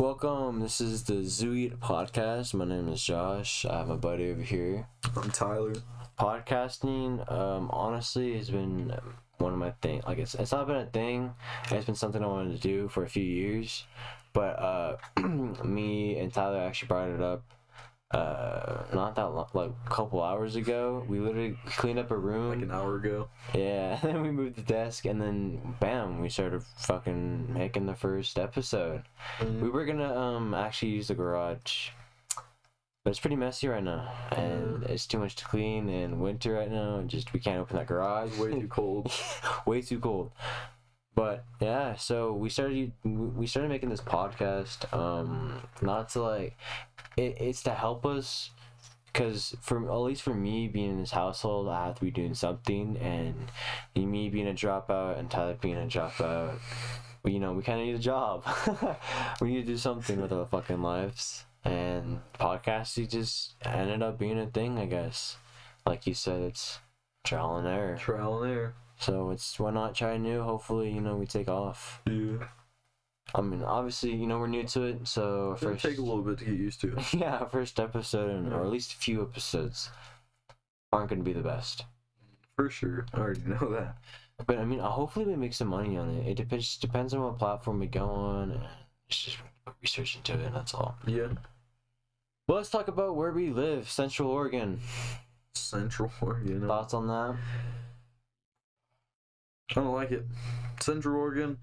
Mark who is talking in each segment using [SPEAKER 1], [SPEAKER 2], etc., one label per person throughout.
[SPEAKER 1] Welcome. This is the Zoo Eat podcast. My name is Josh. I have my buddy over here.
[SPEAKER 2] I'm Tyler.
[SPEAKER 1] Podcasting, um, honestly, has been one of my thing. Like it's it's not been a thing. It's been something I wanted to do for a few years, but uh, me and Tyler actually brought it up. Uh, not that long, like a couple hours ago, we literally cleaned up a room.
[SPEAKER 2] Like an hour ago.
[SPEAKER 1] Yeah, and then we moved the desk, and then bam, we started fucking making the first episode. We were gonna um actually use the garage, but it's pretty messy right now, and it's too much to clean. And winter right now, and just we can't open that garage.
[SPEAKER 2] Way too cold.
[SPEAKER 1] way too cold. But yeah, so we started we started making this podcast um not to like it, it's to help us because for at least for me being in this household I have to be doing something and me being a dropout and Tyler being a dropout we, you know we kind of need a job we need to do something with our fucking lives and podcasting just ended up being a thing I guess like you said it's trial and error
[SPEAKER 2] Trial and error.
[SPEAKER 1] so it's why not try new? Hopefully, you know, we take off.
[SPEAKER 2] Yeah.
[SPEAKER 1] I mean, obviously, you know, we're new to it, so our
[SPEAKER 2] It'll
[SPEAKER 1] first
[SPEAKER 2] take a little bit to get used to.
[SPEAKER 1] yeah, our first episode and or at least a few episodes aren't gonna be the best.
[SPEAKER 2] For sure. I already know that.
[SPEAKER 1] But I mean, uh, hopefully, we make some money on it. It dep- just depends on what platform we go on. And it's just research into it, and that's all.
[SPEAKER 2] Yeah.
[SPEAKER 1] But let's talk about where we live, Central Oregon.
[SPEAKER 2] Central Oregon. I
[SPEAKER 1] Thoughts on that?
[SPEAKER 2] don't like it. Central Oregon.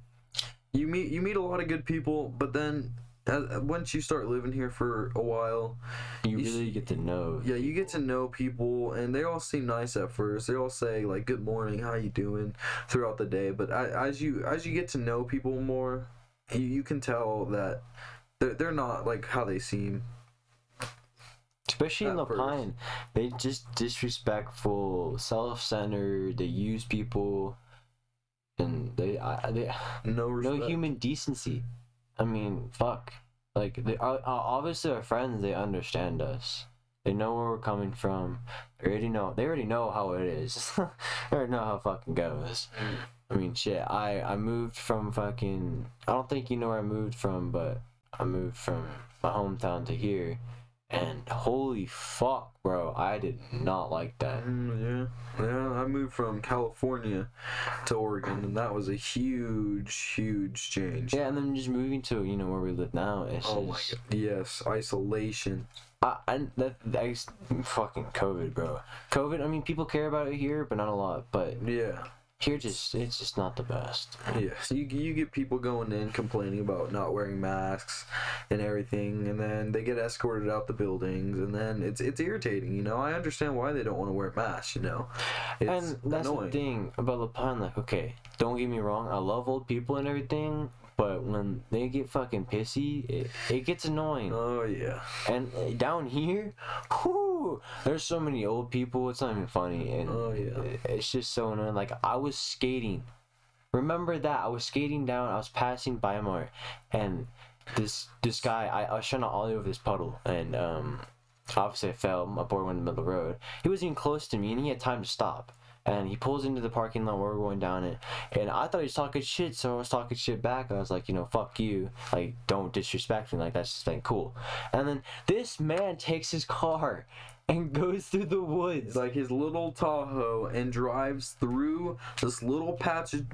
[SPEAKER 2] You meet you meet a lot of good people, but then uh, once you start living here for a while,
[SPEAKER 1] You
[SPEAKER 2] You s-
[SPEAKER 1] really get to know.
[SPEAKER 2] yeah, you get to know people, and they all seem nice at first. They all say like "Good morning, how you doing?" throughout the day. But I, as you as you get to know people more, you, you can tell that they're they're not like how they seem.
[SPEAKER 1] Especially in
[SPEAKER 2] at first.
[SPEAKER 1] Lapine, they just disrespectful, self-centered. They use people, and they I, they no
[SPEAKER 2] No respect.
[SPEAKER 1] human decency. I mean, fuck. Like they are obviously our friends. They understand us. They know where we're coming from. They already know. They already know how it is. they already know how it fucking goes. I mean, shit. I I moved from fucking. I don't think you know where I moved from, but I moved from my hometown to here, and holy fuck, bro! I did not like that.
[SPEAKER 2] Mm, yeah, yeah. I moved from California to Oregon, and that was a huge, huge change.
[SPEAKER 1] Yeah, and then just moving to you know where we live now. It's
[SPEAKER 2] Oh my
[SPEAKER 1] just-
[SPEAKER 2] god. Yes, isolation.
[SPEAKER 1] I, I that I s- fucking COVID, bro. COVID. I mean, people care about it here, but not a lot. But
[SPEAKER 2] Yeah,
[SPEAKER 1] here, just it's just not the best.
[SPEAKER 2] yes. You you get people going in complaining about not wearing masks and everything, and then they get escorted out the buildings, and then it's it's irritating. You know, I understand why they don't want to wear masks. You know, it's
[SPEAKER 1] and that's
[SPEAKER 2] annoying.
[SPEAKER 1] the thing about Lapine. Like, okay, don't get me wrong. I love old people and everything, but when they get fucking pissy, it, it gets annoying.
[SPEAKER 2] Oh yeah.
[SPEAKER 1] And uh, down here, whoo, there's so many old people. It's not even funny, and
[SPEAKER 2] Oh, yeah.
[SPEAKER 1] it- it's just so annoying. Like I was skating, remember that I was skating down. I was passing Bymar, and this this guy, I, I was trying to ollie over this puddle, and um, obviously I fell. My board went in the middle of the road. He wasn't even close to me, and he had time to stop. And he pulls into the parking lot where we're going down it, and I thought he was talking shit, so I was talking shit back. I was like, you know, fuck you, like don't disrespect me, like that's just like cool. And then this man takes his car and goes through the woods.
[SPEAKER 2] It's like his little Tahoe and drives through this little patch of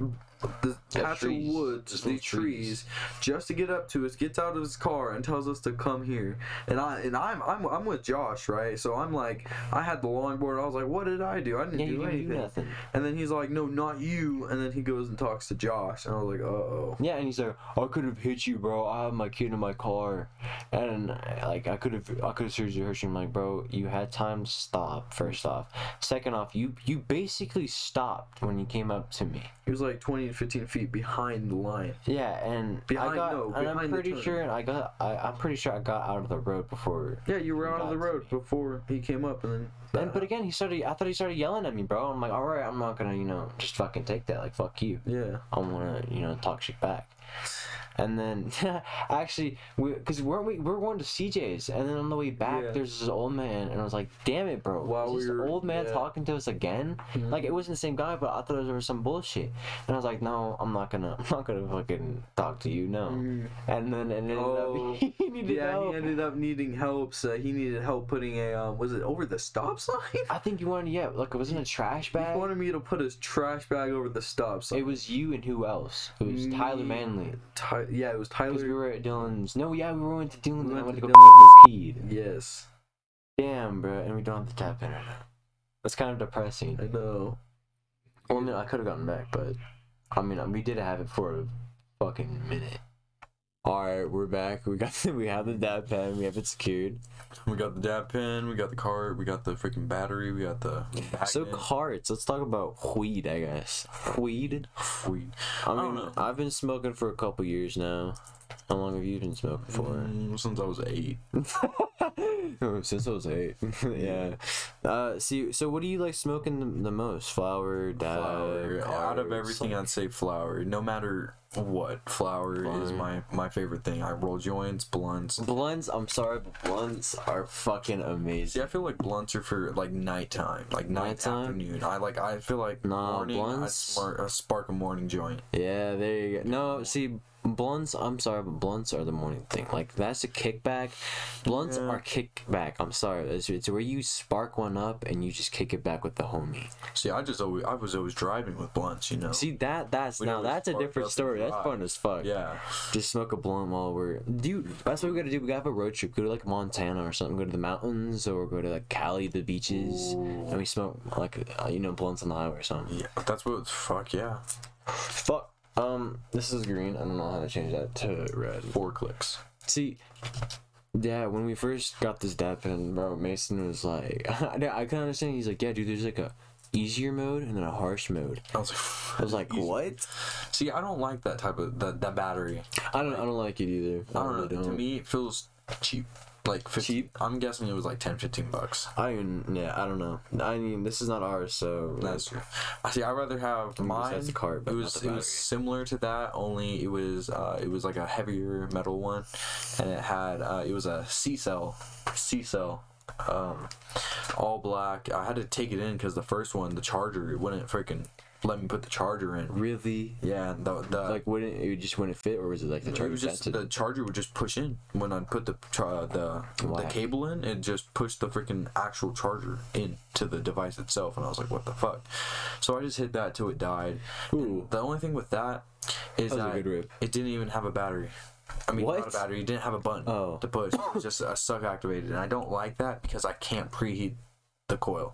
[SPEAKER 2] this patch
[SPEAKER 1] trees.
[SPEAKER 2] of woods,
[SPEAKER 1] Just
[SPEAKER 2] these
[SPEAKER 1] little
[SPEAKER 2] trees, just to get up to us. Gets out of his car and tells us to come here. And I and I'm I'm, I'm with Josh, right? So I'm like, I had the longboard. I was like, what did I do? I didn't
[SPEAKER 1] yeah,
[SPEAKER 2] do
[SPEAKER 1] you didn't
[SPEAKER 2] anything.
[SPEAKER 1] do nothing.
[SPEAKER 2] And then he's like, no, not you. And then he goes and talks to Josh, and I was like, uh oh.
[SPEAKER 1] Yeah, and he's like, I could have hit you, bro. I have my kid in my car, and like I could have, I could have seriously hurt you. I'm like, bro, you had time to stop. First off, second off, you you basically stopped when you came up to me.
[SPEAKER 2] He was like 20 to 15 feet behind the line.
[SPEAKER 1] Yeah, and I
[SPEAKER 2] Behind-
[SPEAKER 1] got,
[SPEAKER 2] no,
[SPEAKER 1] and I'm
[SPEAKER 2] behind the
[SPEAKER 1] pretty
[SPEAKER 2] turn.
[SPEAKER 1] sure I got, I, I'm pretty sure I got out of the road before.
[SPEAKER 2] Yeah, you were
[SPEAKER 1] You
[SPEAKER 2] out of
[SPEAKER 1] got
[SPEAKER 2] the
[SPEAKER 1] to
[SPEAKER 2] road before he came up, and then.
[SPEAKER 1] And but again, he started. I thought he started yelling at me, bro. I'm like, all right, I'm not gonna, you know, just fucking take that. Like, fuck you.
[SPEAKER 2] yeah.
[SPEAKER 1] I want to, you know, talk shit back. and then actually we because weren't we we were going to CJ's and then on the way back
[SPEAKER 3] Yeah.
[SPEAKER 1] there's this old man and I was like damn it bro
[SPEAKER 3] While
[SPEAKER 1] is this
[SPEAKER 3] we were-
[SPEAKER 1] old man
[SPEAKER 3] yeah.
[SPEAKER 1] talking to us again
[SPEAKER 3] Mhm.
[SPEAKER 1] like it wasn't the same guy but I thought it was some bullshit and I was like no I'm not gonna I'm not gonna fucking talk to you no and then it ended
[SPEAKER 3] Mm-hmm. Oh.
[SPEAKER 1] up he needed
[SPEAKER 3] Yeah,
[SPEAKER 1] help.
[SPEAKER 3] he ended up needing help, so he needed help putting a um, was it over the stop sign?
[SPEAKER 1] I think you wanted yeah like it was in a trash
[SPEAKER 3] He
[SPEAKER 1] bag
[SPEAKER 3] wanted me to put his trash bag over the stop sign.
[SPEAKER 1] it was you and who else it was Tyler
[SPEAKER 3] Me.
[SPEAKER 1] Manley
[SPEAKER 3] Ty- yeah, it was
[SPEAKER 1] because we
[SPEAKER 3] Tyler.
[SPEAKER 1] were at Dylan's no yeah we went to Dylan's
[SPEAKER 3] We
[SPEAKER 1] and I
[SPEAKER 3] went
[SPEAKER 1] went
[SPEAKER 3] to
[SPEAKER 1] to go fucking peed
[SPEAKER 3] Yes,
[SPEAKER 1] Damn, bro, and we don't have the tap in right now. That's kind of depressing.
[SPEAKER 3] I know.
[SPEAKER 1] Well, I mean, I could have gotten back, but I mean, we did have it for a fucking minute. All right, we're back. We got we have the dab pen. We have it secured.
[SPEAKER 2] We got the dab pen, we got the cart, we got the freaking battery, we got the
[SPEAKER 1] So
[SPEAKER 2] magnet.
[SPEAKER 1] cards. Let's talk about weed, I guess. Weed.
[SPEAKER 2] Sweet.
[SPEAKER 1] I mean,
[SPEAKER 2] don't know.
[SPEAKER 1] I've been smoking for a couple years now. How long have you been smoking for?
[SPEAKER 2] Mm, since I was eight.
[SPEAKER 1] Since I was eight. yeah. Uh, see, so what do you like smoking the, the most? Flower, dab,
[SPEAKER 2] Flower. Out of
[SPEAKER 1] cards,
[SPEAKER 2] everything,
[SPEAKER 1] like-
[SPEAKER 2] I'd say flower. No matter what, flower, is my, my favorite thing. I roll joints, blunts.
[SPEAKER 1] Blunts, I'm sorry, but blunts are fucking
[SPEAKER 2] See,
[SPEAKER 1] amazing.
[SPEAKER 2] I feel like blunts are for like nighttime, like night
[SPEAKER 1] Nighttime?
[SPEAKER 2] afternoon. I like I feel like
[SPEAKER 1] Nah,
[SPEAKER 2] morning. I
[SPEAKER 1] blunts-
[SPEAKER 2] smart, I spark a morning joint.
[SPEAKER 1] Yeah, there you go. No, see, blunts, I'm sorry, but blunts are the morning thing. Like, that's a kickback. Blunts
[SPEAKER 2] Yeah.
[SPEAKER 1] are kickback. I'm sorry. It's, it's where you spark one up and you just kick it back with the homie.
[SPEAKER 2] See, I just always I was always driving with blunts, you know.
[SPEAKER 1] See, that that's
[SPEAKER 2] We
[SPEAKER 1] now
[SPEAKER 2] always
[SPEAKER 1] that's a
[SPEAKER 2] spark up
[SPEAKER 1] different
[SPEAKER 2] and
[SPEAKER 1] story. That's
[SPEAKER 2] drive.
[SPEAKER 1] fun as fuck.
[SPEAKER 2] yeah,
[SPEAKER 1] Just smoke a blunt while we're dude. That's what we gotta do. We gotta have a road trip. Go to like Montana or something. Go to the mountains or go to like Cali, the beaches, and we smoke like uh, you know blunts on the highway or something.
[SPEAKER 2] yeah. That's what. Fuck yeah.
[SPEAKER 1] Fuck. Um, this is green. I don't know how to change that to red.
[SPEAKER 2] Four clicks.
[SPEAKER 1] See, yeah, when we first got this dab pen, bro, Mason was like, I, I couldn't understand. He's like, yeah, dude, there's like a easier mode and then a harsh mode.
[SPEAKER 2] I was like,
[SPEAKER 1] I was like,
[SPEAKER 2] Easy.
[SPEAKER 1] what?
[SPEAKER 2] See, I don't like that type of that, that battery.
[SPEAKER 1] I don't, I don't like it either.
[SPEAKER 2] I don't know.
[SPEAKER 1] really
[SPEAKER 2] Uh, To me, it feels cheap. Like 15,
[SPEAKER 1] Cheap?
[SPEAKER 2] I'm guessing it was like 10, 15 bucks.
[SPEAKER 1] I even, yeah, I don't know. I mean, this is not ours, so
[SPEAKER 2] That's true. I see. I'd rather have mine.
[SPEAKER 1] besides the cart, but
[SPEAKER 2] it
[SPEAKER 1] not
[SPEAKER 2] was
[SPEAKER 1] the
[SPEAKER 2] it
[SPEAKER 1] battery.
[SPEAKER 2] was similar to that. Only it was uh, it was like a heavier metal one, and it had uh, it was a C cell, C cell, um, all black. I had to take it in because the first one, the charger, it wouldn't freaking let me put the charger in.
[SPEAKER 1] really
[SPEAKER 2] Yeah, and the the
[SPEAKER 1] like wouldn't it just wouldn't fit, or was it like the
[SPEAKER 2] it
[SPEAKER 1] charger
[SPEAKER 2] was just
[SPEAKER 1] sensitive?
[SPEAKER 2] the charger would just push in when I put the tra- the the
[SPEAKER 1] Whack.
[SPEAKER 2] cable in. It just pushed the freaking actual charger into the device itself, and I was like, "What the fuck?" So I just hit that till it died.
[SPEAKER 1] Ooh.
[SPEAKER 2] The only thing with that is
[SPEAKER 1] That
[SPEAKER 2] that,
[SPEAKER 1] was a good rip.
[SPEAKER 2] it didn't even have a battery. I mean, not
[SPEAKER 1] What?
[SPEAKER 2] a battery. It didn't have a button
[SPEAKER 1] Oh.
[SPEAKER 2] to push. It was just a suck activated, and I don't like that because I can't preheat the coil.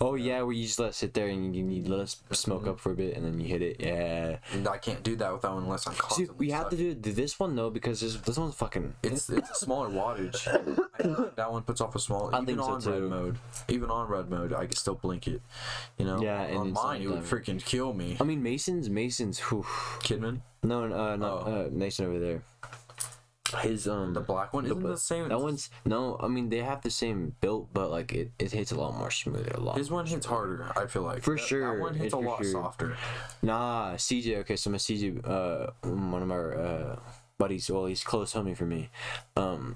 [SPEAKER 1] oh yeah, where you just let it sit there and you, you let it
[SPEAKER 2] Mm-hmm.
[SPEAKER 1] smoke up for a bit, and then you hit it. Yeah.
[SPEAKER 2] And I can't do that with that one unless I'm
[SPEAKER 1] See,
[SPEAKER 2] constantly.
[SPEAKER 1] we have to
[SPEAKER 2] sucking.
[SPEAKER 1] do, do this one though because this, this one's fucking.
[SPEAKER 2] It's it's a smaller wattage. I think that one puts off a small.
[SPEAKER 1] I
[SPEAKER 2] even
[SPEAKER 1] think so,
[SPEAKER 2] on red
[SPEAKER 1] too.
[SPEAKER 2] mode, even on red mode, I could still blink it. You know.
[SPEAKER 1] Yeah, and
[SPEAKER 2] On
[SPEAKER 1] it's
[SPEAKER 2] mine, it would
[SPEAKER 1] undone.
[SPEAKER 2] freaking kill me.
[SPEAKER 1] I mean, Mason's Mason's. Whew.
[SPEAKER 2] Kidman,
[SPEAKER 1] No, uh, not
[SPEAKER 2] Oh.
[SPEAKER 1] uh, Mason over there. His um.
[SPEAKER 2] the black one, isn't the,
[SPEAKER 1] bu-
[SPEAKER 2] same.
[SPEAKER 1] That one's no. I mean, they have the same built, but like it, it hits a lot more smoother. A lot.
[SPEAKER 2] His one hits harder. I feel like
[SPEAKER 1] For
[SPEAKER 2] That-
[SPEAKER 1] sure,
[SPEAKER 2] That one hits
[SPEAKER 1] it's
[SPEAKER 2] a
[SPEAKER 1] for
[SPEAKER 2] lot
[SPEAKER 1] sure.
[SPEAKER 2] softer.
[SPEAKER 1] Nah, CJ. Okay, so my CJ, uh, one of our uh, buddies, well, he's close homie for me. Um,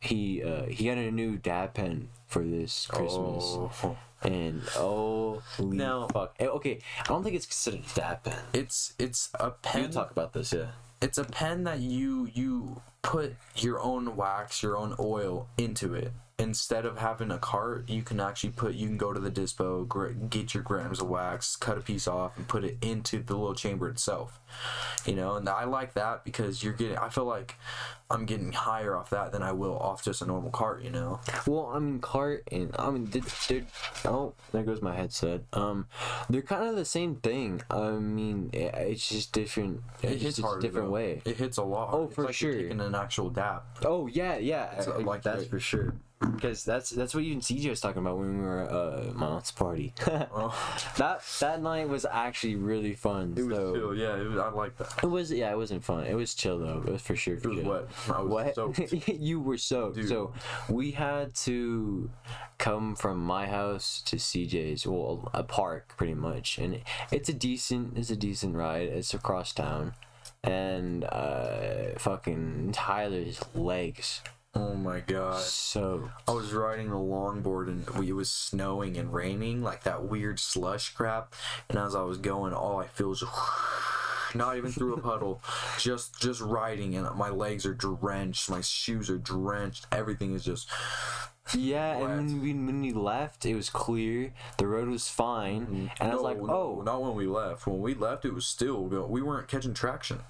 [SPEAKER 1] he uh, he got a new dab pen for this Christmas,
[SPEAKER 2] Oh.
[SPEAKER 1] and oh,
[SPEAKER 2] Now-
[SPEAKER 1] fuck. Eh, Okay, I don't think it's considered a dab pen.
[SPEAKER 2] It's it's a
[SPEAKER 1] You
[SPEAKER 2] pen.
[SPEAKER 1] talk about this, yeah.
[SPEAKER 2] It's a pen that you you put your own wax, your own oil into it. Instead of having a cart, you can actually put. You can go to the dispo, gr- get your grams of wax, cut a piece off, and put it into the little chamber itself. You know, and I like that because you're getting. I feel like I'm getting higher off that than I will off just a normal cart. You know.
[SPEAKER 1] Well, I mean, cart and I mean, they're, they're oh, there goes my headset. Um, they're kind of the same thing. I mean, it, it's just different. eh, It's
[SPEAKER 2] It hits
[SPEAKER 1] just
[SPEAKER 2] harder.
[SPEAKER 1] a different
[SPEAKER 2] though.
[SPEAKER 1] way.
[SPEAKER 2] It hits a lot.
[SPEAKER 1] Oh,
[SPEAKER 2] harder. It's
[SPEAKER 1] for
[SPEAKER 2] like you're
[SPEAKER 1] sure.
[SPEAKER 2] Taking an actual dab.
[SPEAKER 1] Oh yeah, yeah.
[SPEAKER 2] It's, uh,
[SPEAKER 1] I- I-
[SPEAKER 2] like
[SPEAKER 1] that's
[SPEAKER 2] the-
[SPEAKER 1] for sure. Because that's that's what even CJ was talking about when we were uh, at my aunt's party.
[SPEAKER 2] Oh,
[SPEAKER 1] that that night was actually really fun.
[SPEAKER 2] it was
[SPEAKER 1] so-
[SPEAKER 2] chill. Yeah, it was, I like that.
[SPEAKER 1] It was yeah, it wasn't fun. It was chill though. It was for sure.
[SPEAKER 2] It was
[SPEAKER 1] chill.
[SPEAKER 2] wet. I was
[SPEAKER 1] What?
[SPEAKER 2] soaked.
[SPEAKER 1] you were soaked.
[SPEAKER 2] Dude.
[SPEAKER 1] So we had to come from my house to CJ's, well, a park pretty much, and it's a decent, it's a decent ride. It's across town, and uh, fucking Tyler's legs
[SPEAKER 2] Oh my god.
[SPEAKER 1] so
[SPEAKER 2] I was riding the longboard and we, it was snowing and raining, like that weird slush crap. And as I was going, all I feel is not even through a puddle, just just riding, and my legs are drenched, my shoes are drenched, everything is just
[SPEAKER 1] yeah. And when we, when we left, it was clear. The road was fine, and I was
[SPEAKER 2] Mm-hmm. No,
[SPEAKER 1] like,
[SPEAKER 2] no,
[SPEAKER 1] oh,
[SPEAKER 2] not when we left. When we left, it was still we weren't catching traction.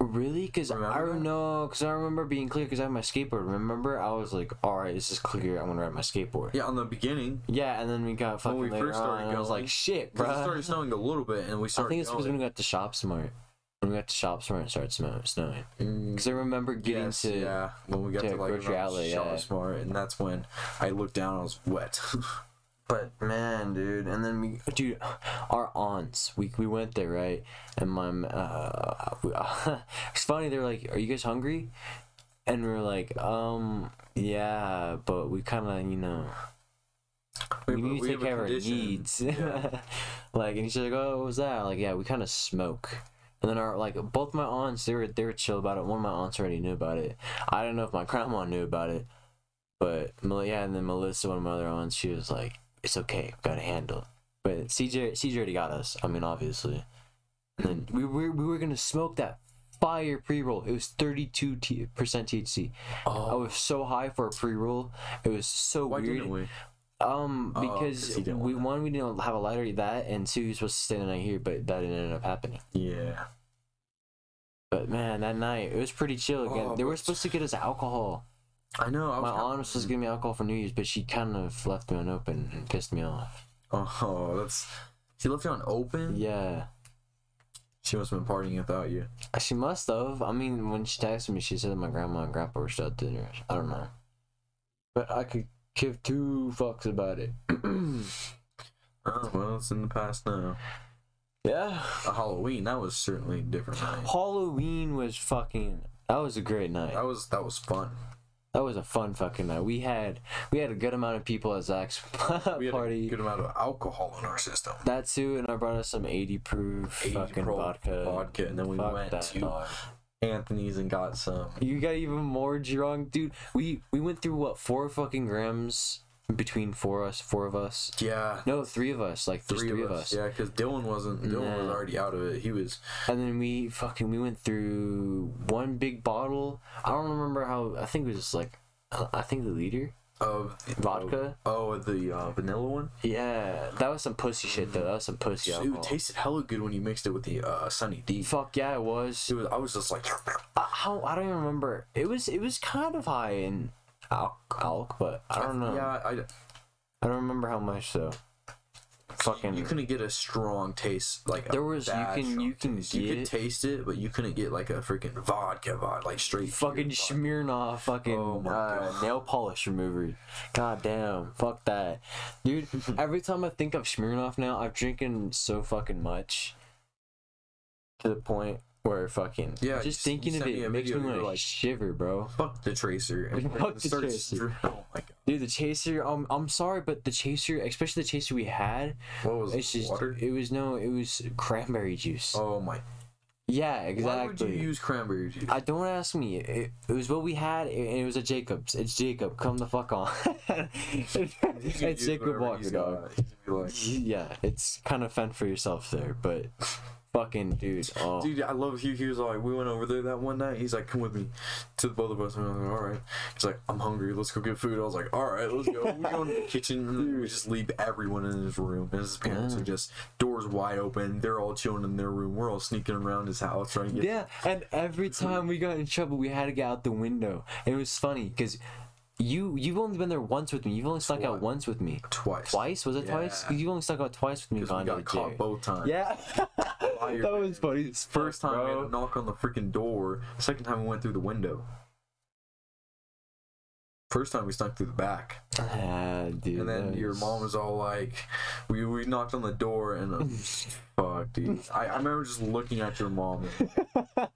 [SPEAKER 1] Really? Because I
[SPEAKER 2] Remember
[SPEAKER 1] don't
[SPEAKER 2] that?
[SPEAKER 1] know. Because I remember being clear. Because I have my skateboard. Remember, I was like, "All right, this is clear. I'm gonna ride my skateboard."
[SPEAKER 2] Yeah, on the beginning,
[SPEAKER 1] Yeah, and then we got fucking
[SPEAKER 2] we
[SPEAKER 1] later
[SPEAKER 2] first
[SPEAKER 1] on,
[SPEAKER 2] started
[SPEAKER 1] and I was
[SPEAKER 2] going,
[SPEAKER 1] like, "Shit,
[SPEAKER 2] 'cause it
[SPEAKER 1] bro."
[SPEAKER 2] started snowing a little bit, and we
[SPEAKER 1] I
[SPEAKER 2] started.
[SPEAKER 1] think it's because when
[SPEAKER 2] going.
[SPEAKER 1] we got to Shop Smart. When we got to Shop Smart, it started snow- snowing. Because I remember getting
[SPEAKER 2] Mm, Yes,
[SPEAKER 1] to.
[SPEAKER 2] yeah, when we got
[SPEAKER 1] to
[SPEAKER 2] to,
[SPEAKER 1] a
[SPEAKER 2] like
[SPEAKER 1] grocery outlet,
[SPEAKER 2] shop
[SPEAKER 1] yeah.
[SPEAKER 2] smart, and that's when I looked down. I was wet.
[SPEAKER 1] But man, dude, and then we, dude, our aunts, we, we went there right, and my, m- uh, we- it's funny. They're like, "Are you guys hungry?" And we are like, "Um, yeah," but we kind of, you know, we,
[SPEAKER 2] have a-
[SPEAKER 1] need to take
[SPEAKER 2] have a
[SPEAKER 1] care of our
[SPEAKER 2] condition.
[SPEAKER 1] needs.
[SPEAKER 2] Yeah.
[SPEAKER 1] like, and she's like, "Oh, what was that?" Like, yeah, we kind of smoke. And then our like both my aunts, they were they were chill about it. One of my aunts already knew about it. I don't know if my grandma knew about it, but Mel- yeah, and then Melissa, one of my other aunts, she was like, "It's okay, we got to handle." it." But CJ CJ already got us. I mean, obviously. And then we were we were gonna smoke that fire pre roll. It was thirty two percent THC. I
[SPEAKER 2] Oh,
[SPEAKER 1] was so high for a pre roll. It was so
[SPEAKER 2] why
[SPEAKER 1] weird.
[SPEAKER 2] didn't we?
[SPEAKER 1] Um,
[SPEAKER 2] Oh, 'cause
[SPEAKER 1] because
[SPEAKER 2] he didn't want
[SPEAKER 1] we one we didn't have a lighter that, and two he was supposed to stay the night here, but that didn't end up happening.
[SPEAKER 2] Yeah.
[SPEAKER 1] But man, that night it was pretty chill. Again,
[SPEAKER 2] Oh,
[SPEAKER 1] they were
[SPEAKER 2] but-
[SPEAKER 1] supposed to get us alcohol.
[SPEAKER 2] I know. I was
[SPEAKER 1] My
[SPEAKER 2] kinda- Mm.
[SPEAKER 1] aunt was supposed to give me alcohol for New Year's, but she kind of left me on open and pissed me off.
[SPEAKER 2] Oh, that's. She left you on open.
[SPEAKER 1] Yeah,
[SPEAKER 2] She must have been partying without you.
[SPEAKER 1] Uh, she must have. I mean, when she texted me, she said that my grandma and grandpa were still at dinner. I don't know, but I could give two fucks about it.
[SPEAKER 2] Oh well, it's in the past now.
[SPEAKER 1] yeah,
[SPEAKER 2] A Halloween that was certainly a different. Night.
[SPEAKER 1] Halloween was fucking. That was a great night.
[SPEAKER 2] That was that was fun.
[SPEAKER 1] That was a fun fucking night. We had we had a good amount of people at Zach's
[SPEAKER 2] We had
[SPEAKER 1] party.
[SPEAKER 2] a good amount of alcohol in our system.
[SPEAKER 1] that too, and I brought us some eighty proof
[SPEAKER 2] 80
[SPEAKER 1] fucking
[SPEAKER 2] pro-
[SPEAKER 1] vodka.
[SPEAKER 2] vodka, and then we
[SPEAKER 1] Fuck
[SPEAKER 2] went
[SPEAKER 1] that,
[SPEAKER 2] to
[SPEAKER 1] dog.
[SPEAKER 2] Anthony's and got some.
[SPEAKER 1] You got even more drunk, dude. We we went through what four fucking grams between four us, four of us.
[SPEAKER 2] Yeah,
[SPEAKER 1] No, three of us. Like there's
[SPEAKER 2] three, of us. Yeah, because Dylan wasn't. Dylan was
[SPEAKER 1] Nah.
[SPEAKER 2] already out of it. He was.
[SPEAKER 1] And then we fucking we went through one big bottle. I don't remember how. I think it was like uh, I think the liter
[SPEAKER 2] of the-
[SPEAKER 1] vodka.
[SPEAKER 2] Oh, the uh, vanilla one.
[SPEAKER 1] Yeah, that was some pussy shit though. That was some pussy
[SPEAKER 2] Dude,
[SPEAKER 1] alcohol.
[SPEAKER 2] it tasted hella good when you mixed it with the uh, Sunny D.
[SPEAKER 1] Fuck yeah, it was.
[SPEAKER 2] It was, I was just like,
[SPEAKER 1] I, how I don't even remember. It was it was kind of high in alk, alk but I don't know.
[SPEAKER 2] Yeah, I,
[SPEAKER 1] I don't remember how much though. Fucking.
[SPEAKER 2] you couldn't get a strong taste like a
[SPEAKER 1] There was- you
[SPEAKER 2] bad
[SPEAKER 1] can-
[SPEAKER 2] strong
[SPEAKER 1] you can
[SPEAKER 2] taste. you
[SPEAKER 1] get-
[SPEAKER 2] could taste it, but you couldn't get like a freaking vodka vodka like straight
[SPEAKER 1] Fucking
[SPEAKER 2] pure
[SPEAKER 1] Smirnoff, fucking
[SPEAKER 2] Oh my
[SPEAKER 1] uh,
[SPEAKER 2] God.
[SPEAKER 1] nail polish remover. God damn, fuck that, dude. Every time I think of Smirnoff now, I'm drinking so fucking much, to the point where fucking
[SPEAKER 2] Yeah,
[SPEAKER 1] just
[SPEAKER 2] you s- you
[SPEAKER 1] thinking of
[SPEAKER 2] sent
[SPEAKER 1] it
[SPEAKER 2] me a
[SPEAKER 1] makes me
[SPEAKER 2] video, you
[SPEAKER 1] want
[SPEAKER 2] were
[SPEAKER 1] to
[SPEAKER 2] like-
[SPEAKER 1] shiver, bro.
[SPEAKER 2] vodka. Fuck the tracer. And
[SPEAKER 1] Fuck
[SPEAKER 2] it
[SPEAKER 1] the
[SPEAKER 2] started
[SPEAKER 1] Tracer.
[SPEAKER 2] stri- Oh my god.
[SPEAKER 1] Dude, the chaser. Um, I'm sorry, but the chaser, especially the chaser we had,
[SPEAKER 2] What was
[SPEAKER 1] It's
[SPEAKER 2] it?
[SPEAKER 1] just
[SPEAKER 2] Water?
[SPEAKER 1] it was no, it was cranberry juice.
[SPEAKER 2] Oh my.
[SPEAKER 1] yeah,
[SPEAKER 2] Why would you
[SPEAKER 1] exactly.
[SPEAKER 2] use cranberry juice?
[SPEAKER 1] I don't ask me. It, it was what we had, and it was a Jacob's. It's Jacob. Come the fuck on.
[SPEAKER 2] He's gonna
[SPEAKER 1] it's
[SPEAKER 2] use
[SPEAKER 1] Jacob
[SPEAKER 2] whatever
[SPEAKER 1] Walker,
[SPEAKER 2] he's
[SPEAKER 1] dog.
[SPEAKER 2] got. He's gonna be like-
[SPEAKER 1] Yeah, it's kind of fend for yourself there, but fucking dude. Oh,
[SPEAKER 2] Dude, I love Hugh. He was like, we went over there that one night. He's like, come with me to the both of us. And I was like, all right. He's like, I'm hungry. Let's go get food. I was like, all right, let's go. We go into the kitchen. And then we just leave everyone in his room. And his parents are just doors wide open. They're all chilling in their room. We're all sneaking around his house trying to get.
[SPEAKER 1] Yeah, and every time we got in trouble, we had to get out the window. It was funny because you you've only been there once with me. You've only stuck out
[SPEAKER 2] Twice.
[SPEAKER 1] once with me.
[SPEAKER 2] Twice.
[SPEAKER 1] Twice was it twice? 'Cause
[SPEAKER 2] Yeah.
[SPEAKER 1] You only stuck out twice with me.
[SPEAKER 2] Because we
[SPEAKER 1] Gandhi,
[SPEAKER 2] got caught
[SPEAKER 1] dude.
[SPEAKER 2] both times.
[SPEAKER 1] Yeah,
[SPEAKER 2] Liar,
[SPEAKER 1] that was funny. as fuck,
[SPEAKER 2] First time we had
[SPEAKER 1] bro.
[SPEAKER 2] to knock on the freaking door. Second time we went through the window. First time we snuck through the back.
[SPEAKER 1] Ah, dude,
[SPEAKER 2] And then
[SPEAKER 1] that
[SPEAKER 2] your
[SPEAKER 1] was-
[SPEAKER 2] mom was all like, we, we knocked on the door and uh, fuck, dude. I, I remember just looking at your mom.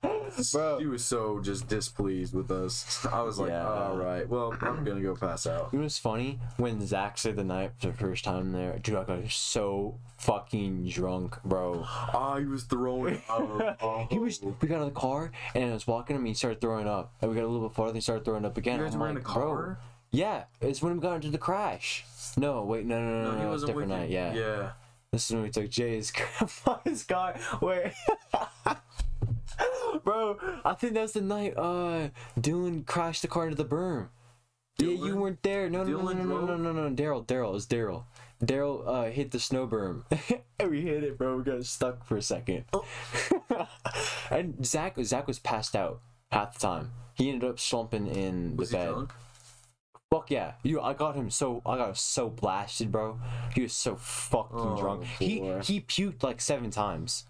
[SPEAKER 1] Bro.
[SPEAKER 2] She was so just displeased with us. I was like,
[SPEAKER 1] Yeah.
[SPEAKER 2] all right, well, I'm gonna go pass out.
[SPEAKER 1] You know what's funny? When Zach said the night for the first time there, dude, I got so fucking drunk, bro.
[SPEAKER 2] I Ah, was throwing up. Oh.
[SPEAKER 1] He was. We got in the car and I was walking him. and He started throwing up, and we got a little bit farther. He started throwing up again.
[SPEAKER 2] You guys
[SPEAKER 1] I'm
[SPEAKER 2] were in
[SPEAKER 1] like,
[SPEAKER 2] the
[SPEAKER 1] "Bro."
[SPEAKER 2] car?
[SPEAKER 1] Yeah, it's when we got into the crash. No, wait, no, no, no, no,
[SPEAKER 2] he
[SPEAKER 1] no, it's
[SPEAKER 2] wasn't
[SPEAKER 1] different
[SPEAKER 2] with
[SPEAKER 1] night.
[SPEAKER 2] you.
[SPEAKER 1] Yeah.
[SPEAKER 2] Yeah.
[SPEAKER 1] this is when we took Jay's grandpa's car. Wait. Bro, I think that's the night uh Dylan crashed the car into the berm. yeah, you
[SPEAKER 2] Dylan?
[SPEAKER 1] weren't there. No, no, no,
[SPEAKER 2] Dylan
[SPEAKER 1] no, no, no,
[SPEAKER 2] drove?
[SPEAKER 1] no, no, no. Daryl, Daryl, it was Daryl. Daryl uh, hit the snow berm, and we hit it, bro. We got stuck for a second.
[SPEAKER 2] Oh.
[SPEAKER 1] and Zach, Zach was passed out half the time. He ended up slumping in
[SPEAKER 2] Was
[SPEAKER 1] the
[SPEAKER 2] he
[SPEAKER 1] bed.
[SPEAKER 2] drunk?
[SPEAKER 1] Fuck yeah, you! I got him so I got him so blasted, bro. He was so fucking
[SPEAKER 2] Oh,
[SPEAKER 1] drunk. He
[SPEAKER 2] boy.
[SPEAKER 1] he puked like seven times.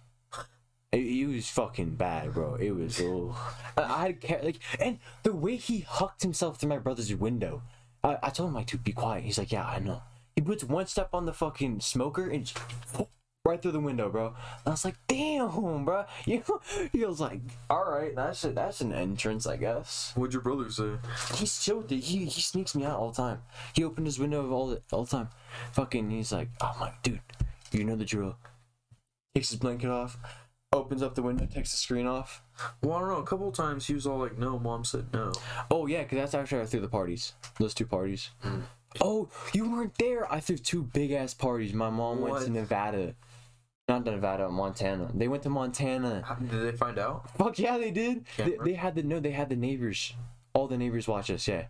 [SPEAKER 1] It, it was fucking bad, bro. It was. ugh. I, I had care like, and the way he hucked himself through my brother's window. I, I told him like to be quiet. He's like, yeah, I know. He puts one step on the fucking smoker and just right through the window, bro. I was like, damn, bro. You he was like, all right, that's a, that's an entrance, I guess.
[SPEAKER 2] What'd your brother say?
[SPEAKER 1] He's so he he sneaks me out all the time. He opened his window all the all the time. Fucking he's like, oh my dude, you know the drill. Takes his blanket off, opens up the window, takes the screen off.
[SPEAKER 2] Well, I don't know. A couple times he was all like, "No, mom said no."
[SPEAKER 1] Oh yeah, cause that's after I threw the parties. Those two parties. Oh, you weren't there. I threw two big ass parties. My mom went
[SPEAKER 2] What?
[SPEAKER 1] to Nevada. Not Nevada, Montana. They went to Montana.
[SPEAKER 2] How- Did they find out?
[SPEAKER 1] Fuck yeah, they did. They,
[SPEAKER 2] Camera?
[SPEAKER 1] they had the no, they had the neighbors. All the neighbors watch us, yeah.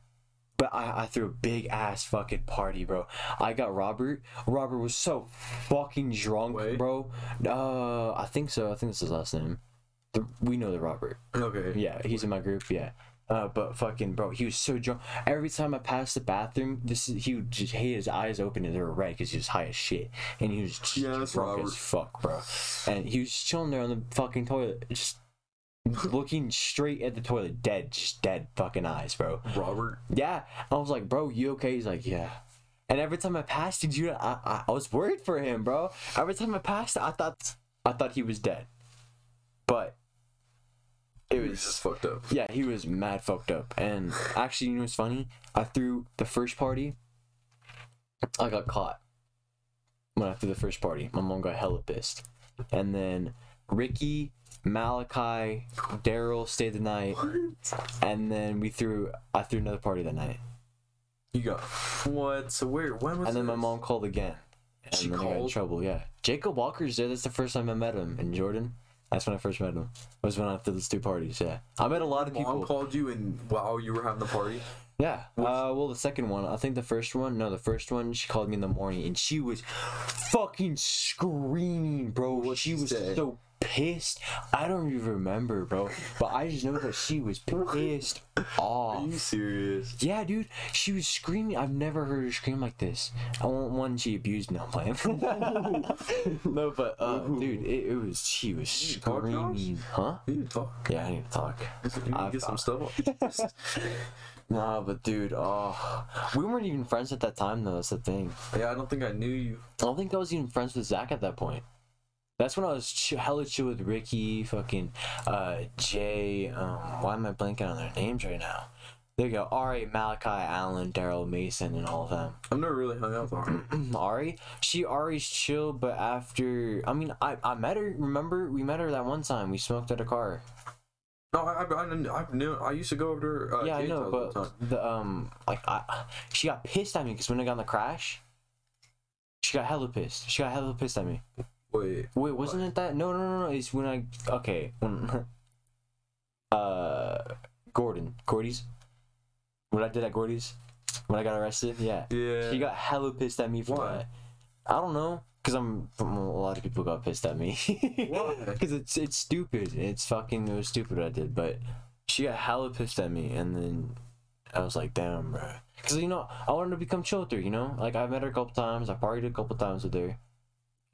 [SPEAKER 1] But I, I threw a big ass fucking party, bro. I got Robert. Robert was so fucking drunk,
[SPEAKER 2] Wait.
[SPEAKER 1] bro. Uh, I think so. I think that's his last name. The, we know the Robert.
[SPEAKER 2] Okay.
[SPEAKER 1] Yeah, he's in my group. Yeah. Uh, but fucking bro, he was so drunk. Every time I passed the bathroom, this is, he would just he, his eyes open and they were red because he was high as shit, and he was just
[SPEAKER 2] Yeah, that's
[SPEAKER 1] drunk
[SPEAKER 2] Robert.
[SPEAKER 1] as fuck, bro. And he was just chilling there on the fucking toilet, just looking straight at the toilet, dead, just dead fucking eyes, bro.
[SPEAKER 2] Robert.
[SPEAKER 1] Yeah, I was like, bro, you okay? He's like, yeah. And every time I passed, did you? I, I, I was worried for him, bro. Every time I passed, I thought I thought he was dead, but it
[SPEAKER 2] He
[SPEAKER 1] was
[SPEAKER 2] was just fucked up.
[SPEAKER 1] yeah, he was mad fucked up. And actually, you know what's funny? I threw the first party. I got caught when I threw the first party. My mom got hella pissed. And then Ricky, Malachi, Daryl stayed the night. And then we threw. I threw another party that night.
[SPEAKER 2] You got what? So where? When was?
[SPEAKER 1] And then my
[SPEAKER 2] this?
[SPEAKER 1] mom called again. And
[SPEAKER 2] She
[SPEAKER 1] then I got in
[SPEAKER 2] called?
[SPEAKER 1] trouble. Yeah. Jacob Walker's there. That's the first time I met him. And Jordan. That's when I first met him. Was when I threw those two parties. Yeah. I met a lot of
[SPEAKER 2] Mom
[SPEAKER 1] people.
[SPEAKER 2] called you and while you were having the party.
[SPEAKER 1] Yeah. Uh, well, the second one. I think the first one. No, the first one. She called me in the morning, and she was fucking screaming, bro. she
[SPEAKER 2] she
[SPEAKER 1] was
[SPEAKER 2] say?
[SPEAKER 1] so pissed. I don't even remember, bro. But I just know that she was pissed off.
[SPEAKER 2] serious?
[SPEAKER 1] Yeah, dude, she was screaming. I've never heard her scream like this. I want one she abused. No, I'm playing. no, but uh, dude, it, it was she was
[SPEAKER 2] You talk, Josh?
[SPEAKER 1] screaming, huh?
[SPEAKER 2] You need to talk.
[SPEAKER 1] Yeah, I need to talk.
[SPEAKER 2] You need to
[SPEAKER 1] I've-
[SPEAKER 2] get some stuff. off.
[SPEAKER 1] Nah, but dude, oh, we weren't even friends at that time though. That's the thing.
[SPEAKER 2] yeah, I don't think I knew you.
[SPEAKER 1] I don't think I was even friends with Zach at that point. That's when I was ch- hella chill with Ricky, fucking uh, Jay. Um, why am I blanking on their names right now? There you go. Ari, Malachi, Allen, Daryl, Mason, and all of them.
[SPEAKER 2] I've never really hung out with her.
[SPEAKER 1] Ari, she Ari's chill, but after I mean, I I met her. Remember, we met her that one time. We smoked at a car.
[SPEAKER 2] No, I, I, I, I knew. I used to go over to her. Uh,
[SPEAKER 1] yeah, I
[SPEAKER 2] Jane's
[SPEAKER 1] know,
[SPEAKER 2] house all the time.
[SPEAKER 1] but the um, like I, she got pissed at me because when I got in the crash, she got hella pissed. She got hella pissed at me.
[SPEAKER 2] wait,
[SPEAKER 1] Wait, wasn't it that? No, no, no, no. It's when I okay when uh Gordon Gordy's what I did at Gordy's when I got arrested. Yeah,
[SPEAKER 2] yeah.
[SPEAKER 1] she got hella pissed at me for
[SPEAKER 2] Why?
[SPEAKER 1] that. I don't know, cause I'm from a lot of people got pissed at me.
[SPEAKER 2] Why?
[SPEAKER 1] Cause it's it's stupid. It's fucking it was stupid what I did, but she got hella pissed at me, and then I was like, damn, bro. Cause you know I wanted to become chill with her. You know, like I met her a couple times. I partied a couple times with her.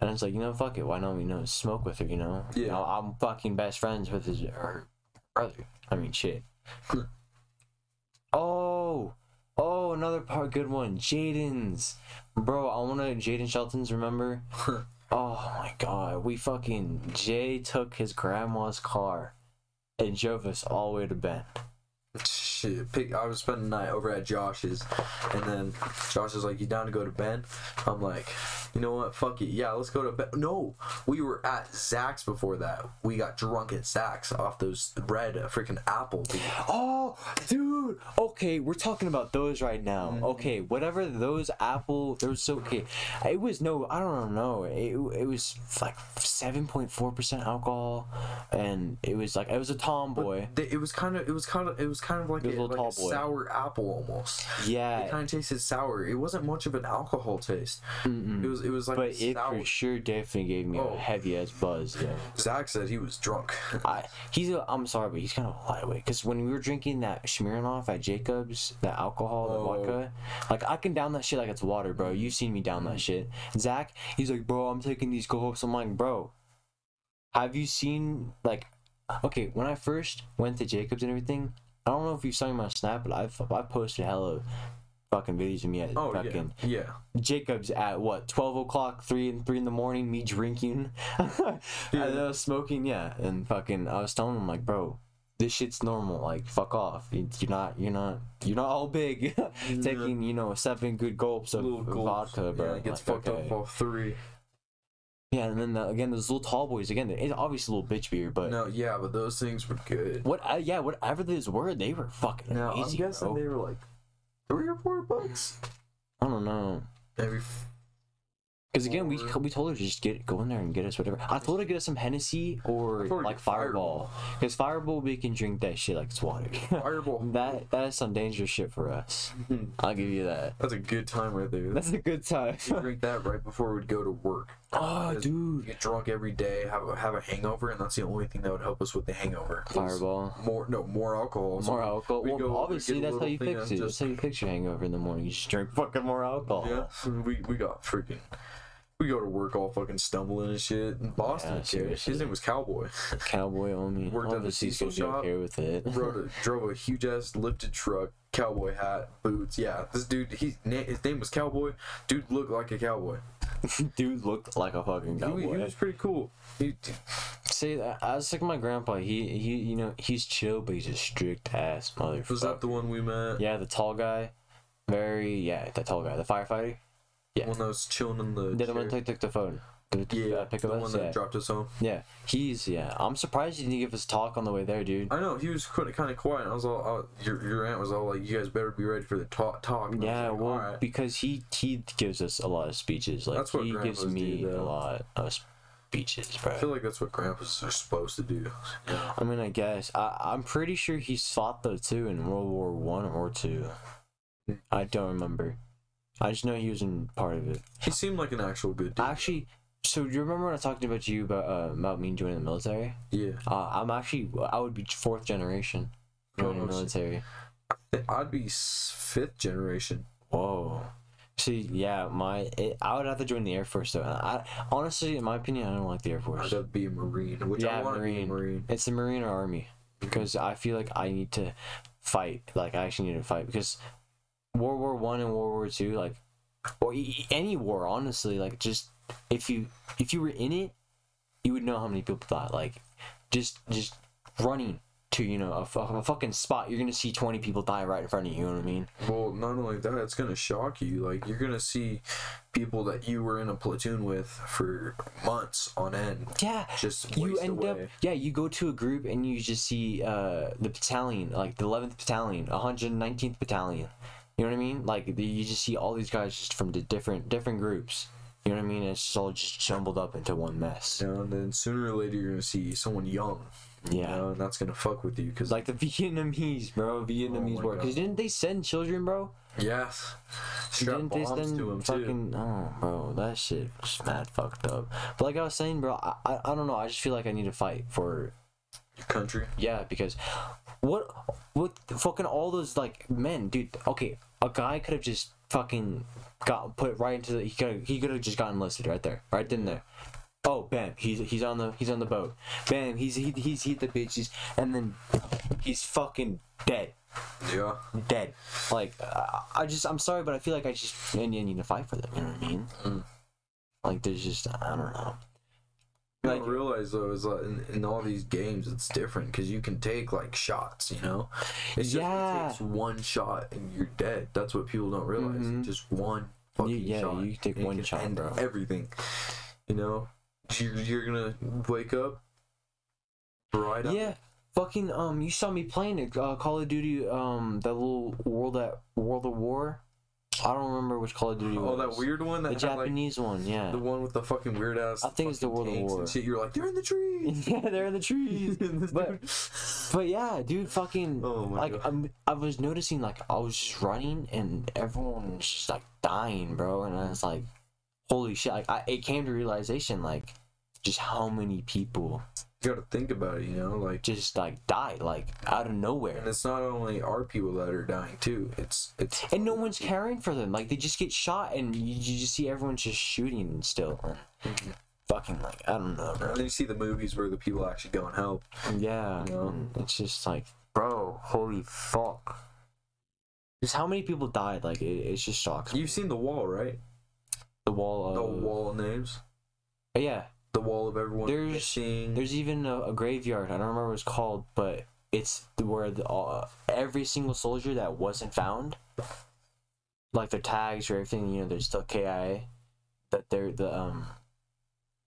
[SPEAKER 1] And I was like, you know, fuck it. Why not, you know, smoke with her, you know?
[SPEAKER 2] Yeah.
[SPEAKER 1] I- I'm fucking best friends with his her brother. I mean, shit. oh, oh, another part, good one. Jaden's, bro. I want to Jaden Shelton's. Remember? Oh my god, we fucking Jay took his grandma's car and drove us all the way to Bend.
[SPEAKER 2] Shit, pick, I was spending the night over at Josh's, and then Josh is like, "You down to go to Ben?" I'm like, "You know what? Fuck it. Yeah, let's go to Ben." No, we were at Zach's before that. We got drunk at Zach's off those red freaking apple. dude.
[SPEAKER 1] Oh, dude. Okay, we're talking about those right now.
[SPEAKER 2] Mm-hmm.
[SPEAKER 1] Okay, whatever those Apple, those okay. It was no, I don't know. It, it was like seven point four percent alcohol, and it was like it was a tomboy.
[SPEAKER 2] They- It was kind of, it was kind of, it was kind of like a,
[SPEAKER 1] Good little
[SPEAKER 2] like
[SPEAKER 1] tall
[SPEAKER 2] a
[SPEAKER 1] boy.
[SPEAKER 2] sour apple almost. It
[SPEAKER 1] Yeah,
[SPEAKER 2] kind of tasted sour. It wasn't much of an alcohol taste. It was, it was like
[SPEAKER 1] but it
[SPEAKER 2] sour.
[SPEAKER 1] for sure definitely gave me
[SPEAKER 2] Oh.
[SPEAKER 1] a heavy ass buzz. Yeah.
[SPEAKER 2] Zach said he was drunk.
[SPEAKER 1] I, he's a, I'm sorry, but he's kind of a lightweight. Because when we were drinking that Smirnoff at Jacobs, that alcohol, the
[SPEAKER 2] Oh.
[SPEAKER 1] vodka, like I can down that shit like it's water, bro. You've seen me down
[SPEAKER 2] Mm.
[SPEAKER 1] that shit. Zach, he's like, bro, I'm taking these gulps. I'm like, bro, have you seen like, okay, when I first went to Jacobs and everything, I don't know if you saw me on my snap, but I've I posted hella fucking videos of me at
[SPEAKER 2] Oh
[SPEAKER 1] fucking
[SPEAKER 2] yeah, yeah.
[SPEAKER 1] Jacob's at what twelve o'clock, three and three in the morning. Me drinking, and I was smoking. Yeah, and fucking, I was telling him like, bro, this shit's normal. Like, fuck off. You- You're not. You're not. You're not all big. Taking you know seven good gulps of
[SPEAKER 2] Little gulps.
[SPEAKER 1] vodka, bro.
[SPEAKER 2] Yeah, it gets
[SPEAKER 1] Like,
[SPEAKER 2] fucked
[SPEAKER 1] okay.
[SPEAKER 2] up off three.
[SPEAKER 1] Yeah, and then the, again those little tall boys. Again, it's obviously little bitch beer, but
[SPEAKER 2] No, yeah, but those things were good.
[SPEAKER 1] what? I, yeah, whatever these were, they were fucking
[SPEAKER 2] Now
[SPEAKER 1] amazing,
[SPEAKER 2] I'm guessing
[SPEAKER 1] bro.
[SPEAKER 2] they were like three or four bucks.
[SPEAKER 1] I don't know.
[SPEAKER 2] Maybe. F-
[SPEAKER 1] Because again, we,
[SPEAKER 2] Or-
[SPEAKER 1] we told her to just get go in there and get us whatever. I told her to get us some Hennessy or
[SPEAKER 2] I told her to
[SPEAKER 1] like
[SPEAKER 2] get
[SPEAKER 1] Fireball. Because Fireball, we can drink that shit like it's water.
[SPEAKER 2] Fireball.
[SPEAKER 1] that that is some dangerous shit for us. I'll give you that.
[SPEAKER 2] That's a good time right there.
[SPEAKER 1] That's a good time.
[SPEAKER 2] We drink that right before we'd go to work.
[SPEAKER 1] oh,
[SPEAKER 2] Because we
[SPEAKER 1] dude.
[SPEAKER 2] get drunk every day, have a, have a hangover, and that's the only thing that would help us with the hangover. is
[SPEAKER 1] Fireball.
[SPEAKER 2] More no more alcohol. So
[SPEAKER 1] More alcohol.
[SPEAKER 2] we
[SPEAKER 1] Well,
[SPEAKER 2] go over,
[SPEAKER 1] obviously
[SPEAKER 2] get a
[SPEAKER 1] that's how
[SPEAKER 2] little
[SPEAKER 1] you
[SPEAKER 2] thing
[SPEAKER 1] fix
[SPEAKER 2] of
[SPEAKER 1] it. That's
[SPEAKER 2] just-
[SPEAKER 1] how you fix your hangover in the morning. You just drink fucking more alcohol.
[SPEAKER 2] Yeah, we, we got freaking. We go to work all fucking stumbling and shit. And Boston,
[SPEAKER 1] Yeah,
[SPEAKER 2] kid,
[SPEAKER 1] seriously.
[SPEAKER 2] his name was Cowboy.
[SPEAKER 1] Cowboy on me.
[SPEAKER 2] Worked at the
[SPEAKER 1] Obviously,
[SPEAKER 2] Cecil
[SPEAKER 1] so you don't
[SPEAKER 2] shop.
[SPEAKER 1] care with it.
[SPEAKER 2] Rode a, drove a huge ass lifted truck, cowboy hat, boots. Yeah, this dude, he na- his name was Cowboy. Dude looked like a cowboy.
[SPEAKER 1] dude looked like a fucking
[SPEAKER 2] He, wa-
[SPEAKER 1] cowboy.
[SPEAKER 2] he was pretty cool. He,
[SPEAKER 1] Say that I was like my grandpa. He he you know he's chill, but he's a strict ass motherfucker.
[SPEAKER 2] was that the one we met?
[SPEAKER 1] yeah, the tall guy, very yeah, the tall guy, the firefighter. yeah.
[SPEAKER 2] One that was chilling in the.
[SPEAKER 1] Did the one
[SPEAKER 2] chair?
[SPEAKER 1] that took the phone? The, the,
[SPEAKER 2] yeah,
[SPEAKER 1] uh, pick
[SPEAKER 2] the
[SPEAKER 1] up
[SPEAKER 2] one
[SPEAKER 1] us?
[SPEAKER 2] that
[SPEAKER 1] Yeah.
[SPEAKER 2] dropped us home.
[SPEAKER 1] yeah, he's yeah. I'm surprised he didn't give us a talk on the way there, dude.
[SPEAKER 2] I know he was kind of quiet. I was all, uh, your your aunt was all like, "You guys better be ready for the talk." Talk. And I was
[SPEAKER 1] Yeah,
[SPEAKER 2] like,
[SPEAKER 1] well,
[SPEAKER 2] "Alright."
[SPEAKER 1] because he he gives us a lot of speeches. Like
[SPEAKER 2] That's what
[SPEAKER 1] he gives
[SPEAKER 2] grandpas do,
[SPEAKER 1] me a
[SPEAKER 2] though.
[SPEAKER 1] lot of speeches,
[SPEAKER 2] I
[SPEAKER 1] bro.
[SPEAKER 2] feel like that's what grandpas are supposed to do. Yeah.
[SPEAKER 1] I mean, I guess I I'm pretty sure he fought though too in World War One or two. I don't remember. I just know he was in part of it.
[SPEAKER 2] He seemed like an actual good dude.
[SPEAKER 1] Actually, so do you remember when I talked about you about uh, about me joining the military?
[SPEAKER 2] yeah,
[SPEAKER 1] Uh, I'm actually I would be fourth generation joining the
[SPEAKER 2] Oh, shit.
[SPEAKER 1] military.
[SPEAKER 2] I'd be s- fifth generation.
[SPEAKER 1] Whoa. See, yeah, my it, I would have to join the Air Force though. And I honestly, in my opinion, I don't like the Air
[SPEAKER 2] I'd
[SPEAKER 1] Force.
[SPEAKER 2] have to be a marine, which
[SPEAKER 1] Yeah,
[SPEAKER 2] I want to be a
[SPEAKER 1] Marine.
[SPEAKER 2] marine.
[SPEAKER 1] It's the Marine or Army because I feel like I need to fight. Like I actually need to fight because World War One and World War Two, like or e- e- any war, honestly, like just if you if you were in it, you would know how many people died. Like just just running to you know a, fu- a fucking spot, you're gonna see twenty people die right in front of you. You know what I mean?
[SPEAKER 2] Well, not only that, it's gonna shock you. Like you're gonna see people that you were in a platoon with for months on end.
[SPEAKER 1] Yeah.
[SPEAKER 2] Just
[SPEAKER 1] you
[SPEAKER 2] waste
[SPEAKER 1] end
[SPEAKER 2] away.
[SPEAKER 1] up yeah you go to a group and you just see uh the battalion like the 11th battalion 119th battalion you know what i mean like the, you just see all these guys just from the different different groups you know what i mean it's just all just jumbled up into one mess
[SPEAKER 2] You know, and then sooner or later you're gonna see someone young.
[SPEAKER 1] yeah,
[SPEAKER 2] You know, and that's gonna fuck with you because
[SPEAKER 1] like the vietnamese bro vietnamese
[SPEAKER 2] Oh my
[SPEAKER 1] war because
[SPEAKER 2] God.
[SPEAKER 1] didn't they send children bro
[SPEAKER 2] yes, strap
[SPEAKER 1] didn't they
[SPEAKER 2] bombs
[SPEAKER 1] send
[SPEAKER 2] to him too.
[SPEAKER 1] fucking oh bro that shit was mad fucked up but like i was saying bro I, I i don't know i just feel like i need to fight for
[SPEAKER 2] Your country.
[SPEAKER 1] Yeah, because what what fucking all those like men, dude. Okay, a guy could have just fucking got put right into the he could he could have just gotten listed right there, right then and there. Oh, bam, he's he's on the he's on the boat. Bam, he's he, he's hit the bitches, and then he's fucking dead,
[SPEAKER 2] Yeah.
[SPEAKER 1] dead. Like I, I just I'm sorry, but I feel like I just I need to fight for them. You know what I mean? Mm. Like there's just I don't know.
[SPEAKER 2] You
[SPEAKER 1] Like
[SPEAKER 2] don't realize though is like in, in all these games it's different because you can take like shots, you know. It's just
[SPEAKER 1] Yeah.
[SPEAKER 2] it takes one shot and you're dead. That's what people don't realize.
[SPEAKER 1] Mhm.
[SPEAKER 2] Just one fucking
[SPEAKER 1] you, yeah,
[SPEAKER 2] shot.
[SPEAKER 1] you take
[SPEAKER 2] and it
[SPEAKER 1] one
[SPEAKER 2] can
[SPEAKER 1] shot,
[SPEAKER 2] end
[SPEAKER 1] bro.
[SPEAKER 2] Everything, you know. You're, you're gonna wake up bright eyed.
[SPEAKER 1] Yeah, fucking um, you saw me playing it, uh, Call of Duty um, that little world at World of War. I don't remember which Call of Duty.
[SPEAKER 2] Oh,
[SPEAKER 1] was.
[SPEAKER 2] that weird one that
[SPEAKER 1] The
[SPEAKER 2] had, like,
[SPEAKER 1] Japanese one, yeah.
[SPEAKER 2] the one with the fucking weird ass.
[SPEAKER 1] I think it's the
[SPEAKER 2] fucking
[SPEAKER 1] World of
[SPEAKER 2] tanks
[SPEAKER 1] War.
[SPEAKER 2] And shit, you're like, they're in the trees.
[SPEAKER 1] yeah, they're in the trees.
[SPEAKER 2] And this
[SPEAKER 1] But-
[SPEAKER 2] dude-
[SPEAKER 1] But yeah, dude, fucking
[SPEAKER 2] Oh my
[SPEAKER 1] like
[SPEAKER 2] God.
[SPEAKER 1] I'm, I was noticing like I was just running and everyone was just like dying, bro, and I was like, holy shit! Like I, it came to realization like just how many people
[SPEAKER 2] you gotta think about it, you know, like.
[SPEAKER 1] just like died like out of
[SPEAKER 2] And
[SPEAKER 1] nowhere,
[SPEAKER 2] it's not only our people that are dying too. It's it's
[SPEAKER 1] and no one's caring for them. Like they just get shot, and you, you just see everyone just shooting still. And
[SPEAKER 2] Mhm.
[SPEAKER 1] Fucking like I don't know,
[SPEAKER 2] And
[SPEAKER 1] bro.
[SPEAKER 2] then you see the movies where the people actually go and help.
[SPEAKER 1] Yeah,
[SPEAKER 2] You know?
[SPEAKER 1] and it's just like, bro, holy fuck. Just how many people died? Like it, it just shocks. me.
[SPEAKER 2] You've seen The Wall, right?
[SPEAKER 1] the wall of
[SPEAKER 2] The Wall of Names.
[SPEAKER 1] Yeah,
[SPEAKER 2] The Wall of Everyone
[SPEAKER 1] There's-
[SPEAKER 2] Missing.
[SPEAKER 1] There's even a, a graveyard. I don't remember what it's called, but it's where the, uh, every single soldier that wasn't found, like their tags or everything, you know, they're still KIA. That they're the um,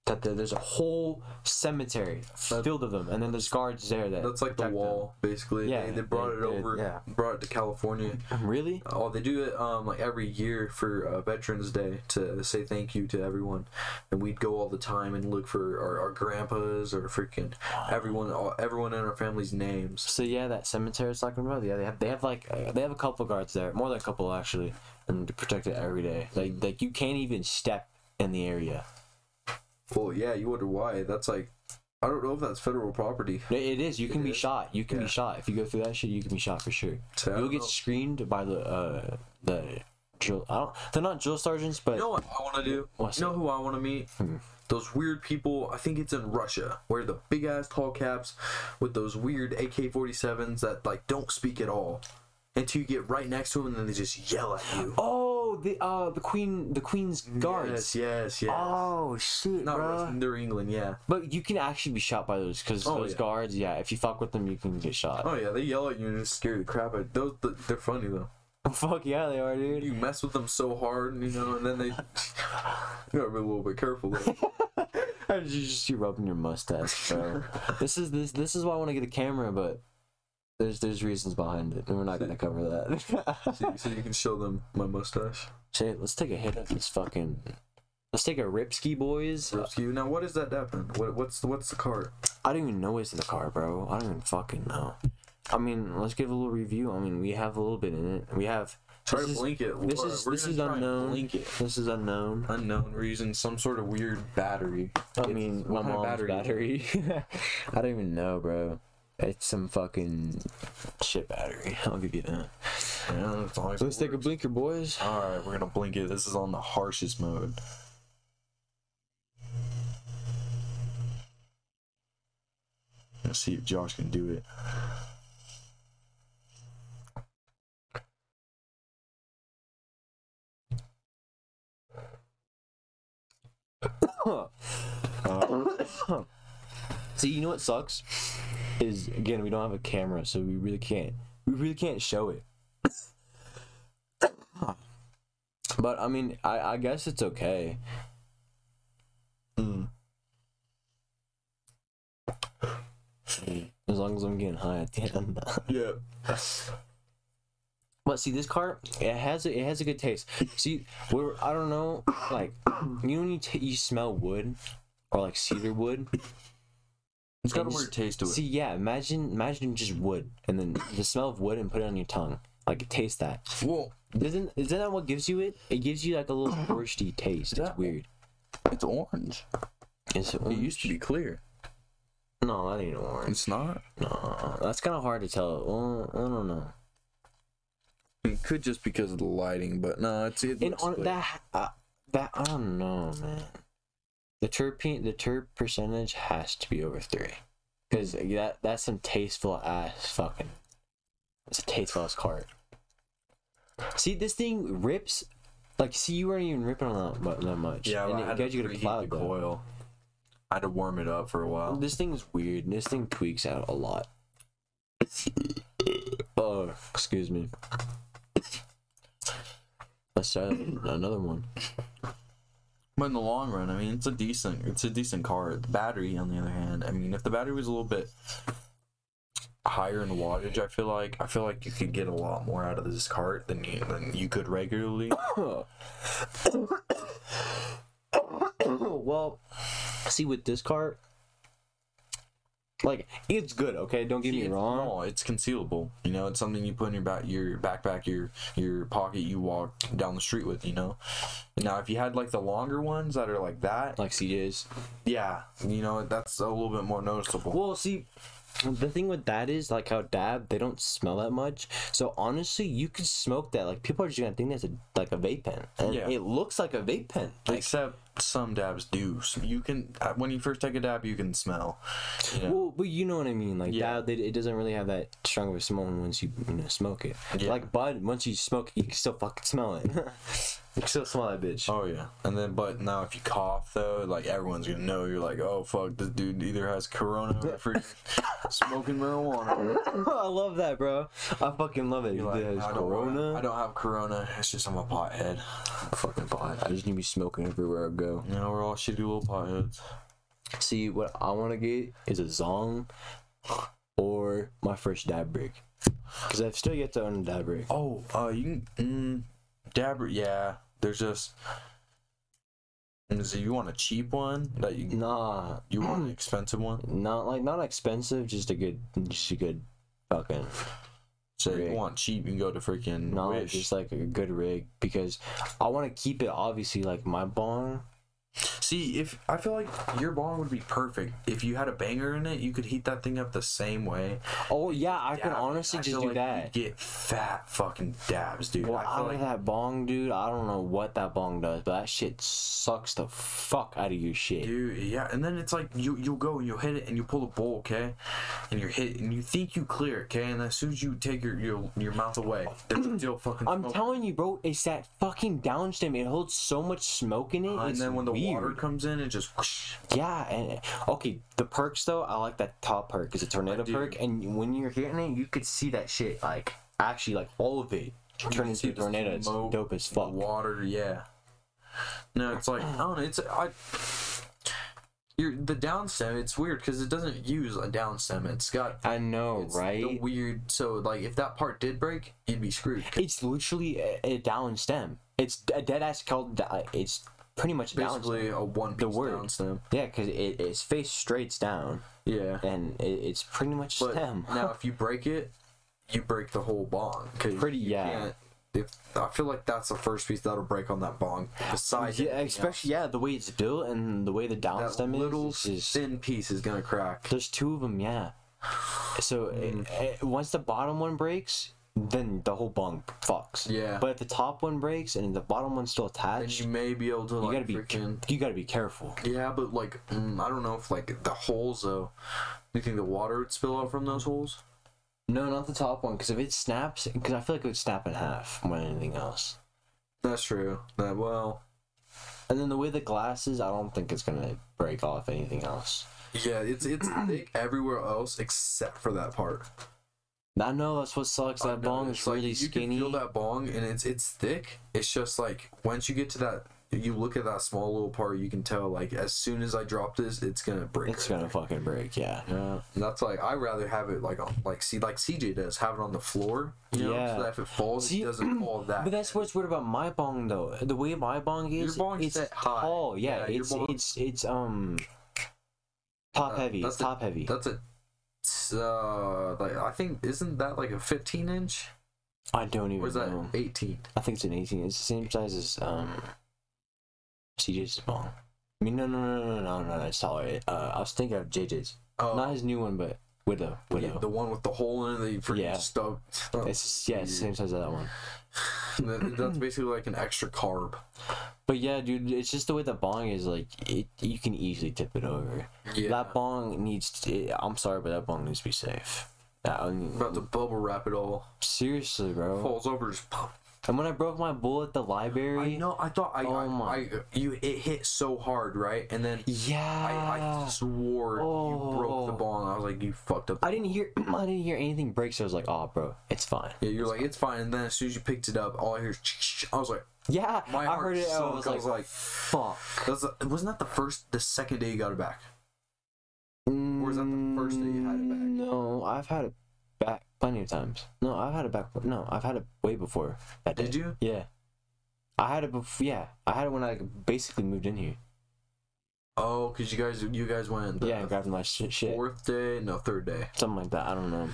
[SPEAKER 1] that there- there's a whole cemetery filled of them, and then there's guards there that.
[SPEAKER 2] That's like The
[SPEAKER 1] protect them.
[SPEAKER 2] Wall, basically.
[SPEAKER 1] Yeah,
[SPEAKER 2] they, they brought
[SPEAKER 1] they
[SPEAKER 2] it
[SPEAKER 1] did,
[SPEAKER 2] over,
[SPEAKER 1] yeah.
[SPEAKER 2] brought it to California.
[SPEAKER 1] Really?
[SPEAKER 2] Oh, they do it um like every year for uh, Veterans Day to say thank you to everyone, and we'd go all the time and look for our, our grandpas or freaking everyone, all, everyone in our family's names.
[SPEAKER 1] So yeah, that cemetery is talking about. Yeah, they have they have like uh, they have a couple guards there, more than a couple actually, and they protect it every day. Like like you can't even step in the area.
[SPEAKER 2] Well, yeah, you wonder why. That's like, I don't know if that's federal property.
[SPEAKER 1] It- It is. You can be
[SPEAKER 2] is.
[SPEAKER 1] shot. You can
[SPEAKER 2] Yeah.
[SPEAKER 1] be shot if you go through that shit. You can be shot for sure.
[SPEAKER 2] So, I
[SPEAKER 1] You'll
[SPEAKER 2] don't
[SPEAKER 1] get
[SPEAKER 2] know.
[SPEAKER 1] screened by the uh the drill. I don't. They're not drill sergeants, but
[SPEAKER 2] You know what I want to do?
[SPEAKER 1] What's Hmm.
[SPEAKER 2] you know who I want to meet? Those weird people. I think it's in Russia, where the big ass tall caps with those weird AK-47s that like don't speak at all until you get right next to them and then they just yell at you.
[SPEAKER 1] oh the uh the queen the queen's guards.
[SPEAKER 2] Yes, yes, yes.
[SPEAKER 1] Oh shit,
[SPEAKER 2] Not
[SPEAKER 1] bro.
[SPEAKER 2] Russian. They're England. Yeah.
[SPEAKER 1] But you can actually be shot by those because
[SPEAKER 2] Oh,
[SPEAKER 1] those
[SPEAKER 2] yeah.
[SPEAKER 1] guards. Yeah, if you fuck with them, you can get shot.
[SPEAKER 2] Oh yeah, they yell at you and just scare the crap out. of Those th- they're funny though.
[SPEAKER 1] Fuck yeah, they are, dude.
[SPEAKER 2] Oh. You mess with them so hard, you know, and then they. you gotta be a little bit careful. Though.
[SPEAKER 1] How did you just you rubbing your mustache, bro? this is this this is why I want to get a camera, but there's there's reasons behind it, and we're not gonna cover that.
[SPEAKER 2] so, so you can show them my mustache.
[SPEAKER 1] Shit, let's take a hit of this fucking. Let's take a Ripski, boys.
[SPEAKER 2] Rips you. Now what is that happen? What what's the, what's the card?
[SPEAKER 1] I don't even know what's in the car, bro. I don't even fucking know. I mean, let's give a little review. I mean, we have a little bit in it. We have.
[SPEAKER 2] Try
[SPEAKER 1] this
[SPEAKER 2] to
[SPEAKER 1] is-
[SPEAKER 2] blink it.
[SPEAKER 1] This
[SPEAKER 2] Laura.
[SPEAKER 1] is
[SPEAKER 2] We're
[SPEAKER 1] this
[SPEAKER 2] gonna
[SPEAKER 1] is
[SPEAKER 2] try and
[SPEAKER 1] unknown.
[SPEAKER 2] Blink it.
[SPEAKER 1] This is unknown.
[SPEAKER 2] Unknown reason, some sort of weird battery.
[SPEAKER 1] I mean, my mom's battery. I don't even know, bro. It's some fucking shit battery. I'll give you that.
[SPEAKER 2] Yeah, that's always
[SPEAKER 1] So let's take a blinker, boys.
[SPEAKER 2] All right, we're gonna blink it. This is on the harshest mode. Let's see if Josh can do it.
[SPEAKER 1] See, you know what sucks is again we don't have a camera, so we really can't we really can't show it. but I mean, I I guess it's okay. Hmm.
[SPEAKER 2] Mm.
[SPEAKER 1] As long as I'm getting high at the end.
[SPEAKER 2] Yeah.
[SPEAKER 1] But see, this car, it has a, it has a good taste. See, we're I don't know, like you know when you ta you smell wood or like cedar wood.
[SPEAKER 2] It's got a
[SPEAKER 1] And
[SPEAKER 2] weird taste to it.
[SPEAKER 1] See, yeah, imagine imagine just wood and then the smell of wood and put it on your tongue. Like taste that.
[SPEAKER 2] Whoa,
[SPEAKER 1] Isn't isn't that what gives you it? It gives you like a little touristy taste. It's
[SPEAKER 2] that-
[SPEAKER 1] weird.
[SPEAKER 2] it's orange.
[SPEAKER 1] Is it
[SPEAKER 2] It
[SPEAKER 1] orange?
[SPEAKER 2] used to be clear.
[SPEAKER 1] No, that ain't orange.
[SPEAKER 2] It's not.
[SPEAKER 1] No, that's kind of hard to tell. Well, I don't know.
[SPEAKER 2] It could just because of the lighting, but no, it's it.
[SPEAKER 1] And
[SPEAKER 2] looks
[SPEAKER 1] on
[SPEAKER 2] clear.
[SPEAKER 1] that uh, that I don't know, man. The terpene, the terp percentage has to be over three, because that that's some tasteful ass fucking. It's a tasteful ass card. See, this thing rips Like, see, you weren't even ripping on that, mu- that much.
[SPEAKER 2] Yeah,
[SPEAKER 1] and
[SPEAKER 2] I
[SPEAKER 1] it
[SPEAKER 2] had
[SPEAKER 1] got
[SPEAKER 2] to
[SPEAKER 1] you to
[SPEAKER 2] preheat
[SPEAKER 1] cloud,
[SPEAKER 2] the
[SPEAKER 1] though.
[SPEAKER 2] coil. I had to warm it up for a while.
[SPEAKER 1] This thing's weird. This thing tweaks out a lot. oh, excuse me. Let's try another one.
[SPEAKER 2] But in the long run, I mean, it's a decent, it's a decent car. The battery, on the other hand, I mean, if the battery was a little bit higher in wattage, I feel like I feel like you could get a lot more out of this cart than you than you could regularly.
[SPEAKER 1] well, see, with this cart, like, it's good, okay? Don't get me
[SPEAKER 2] It's
[SPEAKER 1] wrong.
[SPEAKER 2] small, It's concealable. You know, it's something you put in your back, your backpack, your your pocket. You walk down the street with. You know. Now, if you had like the longer ones that are like that,
[SPEAKER 1] Like CJ's.
[SPEAKER 2] yeah, you know, that's a little bit more noticeable.
[SPEAKER 1] Well, see, the thing with that is like how dab they don't smell that much. So honestly, you could smoke that. Like people are just gonna think that's a like a vape pen, and
[SPEAKER 2] Yeah.
[SPEAKER 1] it looks like a vape pen. Like,
[SPEAKER 2] Except some dabs do. So you can uh, when you first take a dab, you can smell. You know?
[SPEAKER 1] well, but you know what I mean. Like
[SPEAKER 2] Yeah.
[SPEAKER 1] dab, they, it doesn't really have that strong of a smell once you, you know, smoke it.
[SPEAKER 2] Yeah.
[SPEAKER 1] Like bud, once you smoke, it, you can still fucking smell it. you can still smell that bitch.
[SPEAKER 2] Oh yeah, and then but now if you cough though, like everyone's gonna know you're like, oh fuck, this dude either has corona or freaking smoking marijuana.
[SPEAKER 1] I love that, bro. I fucking love it.
[SPEAKER 2] Oh. You're like,
[SPEAKER 1] There's
[SPEAKER 2] I, don't,
[SPEAKER 1] corona.
[SPEAKER 2] I don't have corona. It's just I'm a pothead.
[SPEAKER 1] fucking pot. I just need to be smoking everywhere I go.
[SPEAKER 2] You know, we're all shitty little potheads.
[SPEAKER 1] See, what I want to get is a Zong or my first dab break. Because I've still yet to own a dab break.
[SPEAKER 2] Oh, uh, you can mm, dabber. Yeah, there's just. So you want a cheap one that you
[SPEAKER 1] Nah,
[SPEAKER 2] you want an expensive one?
[SPEAKER 1] not like not expensive, just a good, just a good fucking
[SPEAKER 2] So if you
[SPEAKER 1] Rig.
[SPEAKER 2] want cheap, you can go to freaking
[SPEAKER 1] no,
[SPEAKER 2] Wish.
[SPEAKER 1] just like a good rig because I want to keep it obviously like my barn.
[SPEAKER 2] See, if I feel like your barn would be perfect if you had a banger in it, you could heat that thing up the same way.
[SPEAKER 1] Oh yeah, I
[SPEAKER 2] Dab
[SPEAKER 1] could
[SPEAKER 2] it.
[SPEAKER 1] honestly
[SPEAKER 2] I
[SPEAKER 1] just
[SPEAKER 2] feel
[SPEAKER 1] do
[SPEAKER 2] like
[SPEAKER 1] that.
[SPEAKER 2] you'd Get fat fucking dabs, dude.
[SPEAKER 1] Well,
[SPEAKER 2] I feel
[SPEAKER 1] out
[SPEAKER 2] like
[SPEAKER 1] of that bong, dude, I don't know what that bong does, but that shit sucks the fuck out of your shit.
[SPEAKER 2] Dude, yeah, and then it's like you you'll go and you'll hit it and you pull the bowl, okay, and you're hit and you think you clear, it, okay, and as soon as you take your your, your mouth away, there's still fucking.
[SPEAKER 1] I'm
[SPEAKER 2] smoke.
[SPEAKER 1] telling you, bro, it's that fucking downstem. It holds so much smoke in it.
[SPEAKER 2] And
[SPEAKER 1] it's
[SPEAKER 2] then when the
[SPEAKER 1] weird.
[SPEAKER 2] water comes in, it just. whoosh.
[SPEAKER 1] Yeah, and okay, the perks though, I like that top perk. It's a tornado
[SPEAKER 2] do.
[SPEAKER 1] perk, and when you're hitting it, you could see that shit like actually like all of it turn
[SPEAKER 2] See
[SPEAKER 1] into a
[SPEAKER 2] the
[SPEAKER 1] tornado. It's
[SPEAKER 2] smoke,
[SPEAKER 1] dope as
[SPEAKER 2] the
[SPEAKER 1] fuck.
[SPEAKER 2] Water, yeah. No, it's like I don't know. It's I. You're, the downstem, it's weird because it doesn't use a downstem. It's got
[SPEAKER 1] I know,
[SPEAKER 2] it's The
[SPEAKER 1] right?
[SPEAKER 2] weird. So like, if that part did break, you'd be screwed. 'cause
[SPEAKER 1] It's literally a, a down stem. It's a dead ass called. It's pretty much a down. Stem.
[SPEAKER 2] basically a one piece
[SPEAKER 1] word.
[SPEAKER 2] downstem.
[SPEAKER 1] Yeah, because it, it's face straight down,
[SPEAKER 2] Yeah.
[SPEAKER 1] and it, it's pretty much
[SPEAKER 2] But
[SPEAKER 1] stem.
[SPEAKER 2] now, if you break it, you break the whole bong. 'cause
[SPEAKER 1] Pretty-
[SPEAKER 2] you
[SPEAKER 1] yeah.
[SPEAKER 2] can't- If, I feel like that's the first piece that'll break on that bong. Besides,
[SPEAKER 1] Yeah,
[SPEAKER 2] everything
[SPEAKER 1] especially yeah, the way it's built and the way the down
[SPEAKER 2] else, that
[SPEAKER 1] stem
[SPEAKER 2] little
[SPEAKER 1] is, is just-
[SPEAKER 2] thin piece is gonna crack.
[SPEAKER 1] There's two of them, yeah. So eh, eh, once the bottom one breaks, then the whole bunk fucks.
[SPEAKER 2] Yeah.
[SPEAKER 1] But if the top one breaks and the bottom one's still
[SPEAKER 2] And
[SPEAKER 1] attached,
[SPEAKER 2] you
[SPEAKER 1] you,
[SPEAKER 2] may be able to like
[SPEAKER 1] gotta be
[SPEAKER 2] freaking.
[SPEAKER 1] you gotta be careful.
[SPEAKER 2] Yeah, but like mm, I don't know if like the holes though. You think the water would spill out from those holes?
[SPEAKER 1] No, not the top one, because if it snaps, because I feel like it would snap in half more than anything else.
[SPEAKER 2] That's true. That well,
[SPEAKER 1] And then the way the glass is, I don't think it's gonna break off anything else.
[SPEAKER 2] yeah, it's it's thick everywhere else except for that part.
[SPEAKER 1] I know that's what sucks. That bong
[SPEAKER 2] It's
[SPEAKER 1] is really
[SPEAKER 2] you
[SPEAKER 1] skinny.
[SPEAKER 2] You can feel that bong, and it's it's thick. It's just like once you get to that, you look at that small little part, you can tell like as soon as I drop this, it's gonna break.
[SPEAKER 1] It's
[SPEAKER 2] right
[SPEAKER 1] gonna fucking break, yeah.
[SPEAKER 2] there. Yeah, and that's like I rather have it like on like see like CJ does have it on the floor. You know,
[SPEAKER 1] Yeah.
[SPEAKER 2] So that if it falls,
[SPEAKER 1] See,
[SPEAKER 2] it doesn't fall that.
[SPEAKER 1] But that's what's weird about my bong though. The way my bong is,
[SPEAKER 2] bong's
[SPEAKER 1] it's
[SPEAKER 2] set high.
[SPEAKER 1] tall. Yeah,
[SPEAKER 2] Yeah, your
[SPEAKER 1] it's
[SPEAKER 2] bong-
[SPEAKER 1] it's it's um top
[SPEAKER 2] Uh,
[SPEAKER 1] heavy. It's
[SPEAKER 2] that's a-
[SPEAKER 1] top heavy.
[SPEAKER 2] That's a. it's, Uh, like I think isn't that like a 15 inch
[SPEAKER 1] I don't
[SPEAKER 2] or
[SPEAKER 1] even
[SPEAKER 2] is that
[SPEAKER 1] know.
[SPEAKER 2] 18?
[SPEAKER 1] I think it's an eighteen. It's the same size as um CJ's bong. I mean, no, no, no, no, no, no, no. It's taller. It- Uh, I was thinking of JJ's,
[SPEAKER 2] Oh,
[SPEAKER 1] not his new one, but Widow.
[SPEAKER 2] yeah,
[SPEAKER 1] Widow.
[SPEAKER 2] the one with the hole in it that you freaking
[SPEAKER 1] Yeah.
[SPEAKER 2] stuck.
[SPEAKER 1] it's yeah, it's the same size as that one.
[SPEAKER 2] That- that's basically like an extra carb.
[SPEAKER 1] But yeah, dude, it's just the way the bong is. Like, it you can easily tip it over.
[SPEAKER 2] Yeah.
[SPEAKER 1] That bong needs. To, I'm sorry, but that bong needs to be safe. That,
[SPEAKER 2] about to bubble wrap it all.
[SPEAKER 1] Seriously, bro.
[SPEAKER 2] Falls over, just pop.
[SPEAKER 1] And when I broke my bull at the library,
[SPEAKER 2] I know. I thought I,
[SPEAKER 1] Oh
[SPEAKER 2] I,
[SPEAKER 1] my.
[SPEAKER 2] I you it hit so hard, right? And then
[SPEAKER 1] yeah,
[SPEAKER 2] I, I swore you broke
[SPEAKER 1] Ah.
[SPEAKER 2] the
[SPEAKER 1] Oh.
[SPEAKER 2] ball, and I was like, you fucked up.
[SPEAKER 1] I didn't hear I didn't hear anything break, so I was like, oh, bro, it's fine.
[SPEAKER 2] yeah, you're like it's fine. And then as soon as you picked it up, all I hear is I was like,
[SPEAKER 1] Yeah,
[SPEAKER 2] my
[SPEAKER 1] I
[SPEAKER 2] heart
[SPEAKER 1] heard it. and I
[SPEAKER 2] sunk.
[SPEAKER 1] was
[SPEAKER 2] I
[SPEAKER 1] like,
[SPEAKER 2] was like,
[SPEAKER 1] fuck.
[SPEAKER 2] that's wasn't that the first, the second day you got it back?
[SPEAKER 1] Or
[SPEAKER 2] is that the first day you had it back?
[SPEAKER 1] Mm, No, I've had it back plenty of times. No, I've had it back. No, I've had it way before that day.
[SPEAKER 2] Did you?
[SPEAKER 1] Yeah, I had it before. Yeah, I had it when I basically moved in here.
[SPEAKER 2] Oh, cause you guys, you guys went. The
[SPEAKER 1] yeah, and grabbed my shit, shit,
[SPEAKER 2] Fourth day, no, third day
[SPEAKER 1] something like that. I don't know.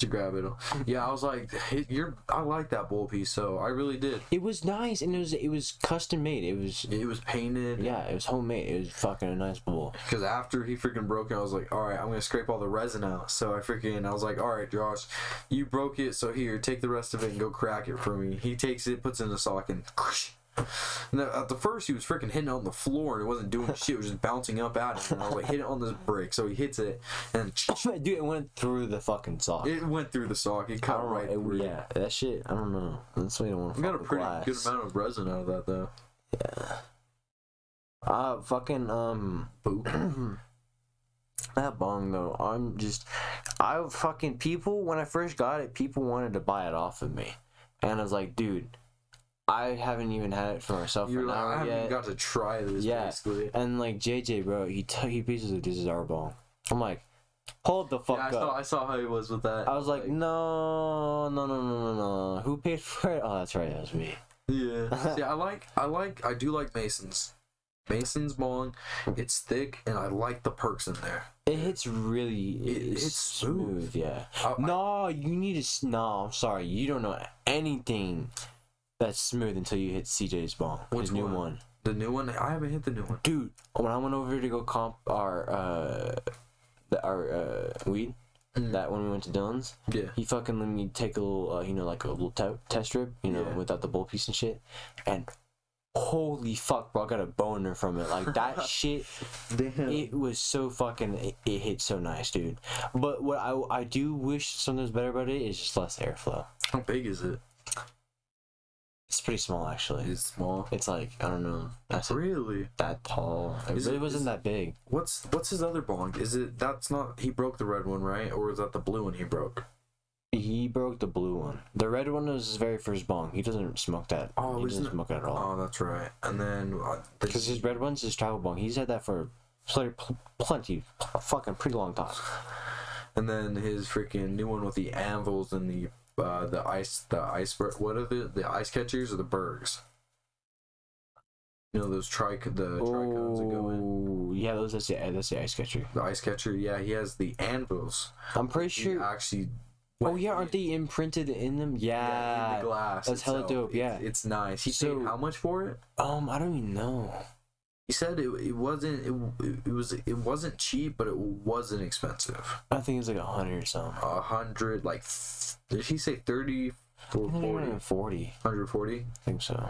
[SPEAKER 2] to grab it. Yeah, I was like, "Hey, you're. I like that bowl piece, so I really did.
[SPEAKER 1] It was nice, and it was it was custom made. It was
[SPEAKER 2] It was painted.
[SPEAKER 1] yeah, it was homemade. It was fucking a nice bowl.
[SPEAKER 2] Because after he freaking broke it, I was like, all right, I'm going to scrape all the resin out. So I freaking, I was like, all right, Josh, you broke it. So here, take the rest of it and go crack it for me. He takes it, puts it in a sock, and. And at- at the first, he was freaking hitting it on the floor and it wasn't doing shit. It was just bouncing up at him. And I was like, hit it on this brick. So he hits it and
[SPEAKER 1] Dude, it went through the fucking sock.
[SPEAKER 2] it went through the sock. It
[SPEAKER 1] I
[SPEAKER 2] cut
[SPEAKER 1] don't
[SPEAKER 2] right
[SPEAKER 1] know.
[SPEAKER 2] through.
[SPEAKER 1] It, yeah, that shit. I don't know. That's why you don't want to.
[SPEAKER 2] We got a pretty good amount of resin out of that, though.
[SPEAKER 1] Uh, fucking um, that bong though. I'm just, I fucking people. When I first got it, people wanted to buy it off of me, and I was like, dude, I haven't even had it for myself for
[SPEAKER 2] You're
[SPEAKER 1] an
[SPEAKER 2] like, I
[SPEAKER 1] hour
[SPEAKER 2] haven't
[SPEAKER 1] yet.
[SPEAKER 2] even got to try this,
[SPEAKER 1] Yeah.
[SPEAKER 2] basically.
[SPEAKER 1] and like JJ, bro, he t- he basically this is our bong. I'm like, hold the fuck
[SPEAKER 2] Yeah, I
[SPEAKER 1] up.
[SPEAKER 2] saw, I saw how he was with that.
[SPEAKER 1] I was like, no, no, no, no, no, no. Who paid for it? Oh, that's right, that was me.
[SPEAKER 2] Yeah. See, I like, I like, I do like Mason's. Mason's bong, it's thick, and I like the perks in there.
[SPEAKER 1] It hits really.
[SPEAKER 2] It-
[SPEAKER 1] it's,
[SPEAKER 2] it's
[SPEAKER 1] smooth.
[SPEAKER 2] smooth.
[SPEAKER 1] yeah.
[SPEAKER 2] I-
[SPEAKER 1] no, you need to. s- No, I'm sorry. You don't know anything that's smooth until you hit CJ's ball.
[SPEAKER 2] Which
[SPEAKER 1] his new
[SPEAKER 2] one?
[SPEAKER 1] one,
[SPEAKER 2] The new one, I haven't hit the new one.
[SPEAKER 1] dude. When I went over to go comp our uh, the, our uh, weed,
[SPEAKER 2] Mm.
[SPEAKER 1] that when we went to Dylan's,
[SPEAKER 2] Yeah.
[SPEAKER 1] he fucking let me take a little, uh, you know, like a little te- test strip, you know,
[SPEAKER 2] Yeah.
[SPEAKER 1] without the bull piece and shit, and. Holy fuck, bro! I got a boner from it. Like that shit
[SPEAKER 3] Damn.
[SPEAKER 1] it was so fucking it, it hit so nice dude but what i i do wish something's better about it is just less airflow
[SPEAKER 2] How big is it?
[SPEAKER 1] it's pretty small actually
[SPEAKER 2] It's small.
[SPEAKER 1] it's like i don't know that's
[SPEAKER 2] Really?
[SPEAKER 1] that tall it
[SPEAKER 2] Is
[SPEAKER 1] really
[SPEAKER 2] it-
[SPEAKER 1] wasn't
[SPEAKER 2] is-
[SPEAKER 1] that big
[SPEAKER 2] What's what's his other bong? Is it that's not he broke the red one, right? Or is that the blue one he broke?
[SPEAKER 1] he broke the blue one the red one was his very first bong he doesn't smoke that
[SPEAKER 2] Oh,
[SPEAKER 1] he
[SPEAKER 2] isn't
[SPEAKER 1] doesn't
[SPEAKER 2] it-
[SPEAKER 1] smoke it at all
[SPEAKER 2] Oh, that's right. And then uh,
[SPEAKER 1] because
[SPEAKER 2] the,
[SPEAKER 1] his red one's his travel bong he's had that for pl- pl- plenty a fucking pretty long time
[SPEAKER 2] and then his freaking new one with the anvils and the uh, the ice the ice what are the the ice catchers or the bergs? You know those tri the tricones that go in.
[SPEAKER 1] oh yeah those that's the, that's the ice catcher
[SPEAKER 2] The ice catcher, yeah, he has the anvils.
[SPEAKER 1] i'm pretty
[SPEAKER 2] He
[SPEAKER 1] sure
[SPEAKER 2] actually.
[SPEAKER 1] oh yeah aren't they imprinted in them
[SPEAKER 2] Yeah, in
[SPEAKER 1] yeah
[SPEAKER 2] the glass.
[SPEAKER 1] Ah, that's hella
[SPEAKER 2] itself.
[SPEAKER 1] dope, yeah.
[SPEAKER 2] It's, it's nice. He
[SPEAKER 1] So-
[SPEAKER 2] paid how much for it?
[SPEAKER 1] Um, I don't even know.
[SPEAKER 2] He said it, it wasn't it, it was it wasn't cheap, but it wasn't expensive.
[SPEAKER 1] I think it's like a hundred or something.
[SPEAKER 2] A hundred like th- did he say thirty
[SPEAKER 1] I
[SPEAKER 2] or
[SPEAKER 1] think it's
[SPEAKER 2] 40?
[SPEAKER 1] around 40.
[SPEAKER 2] 140?
[SPEAKER 1] I think so.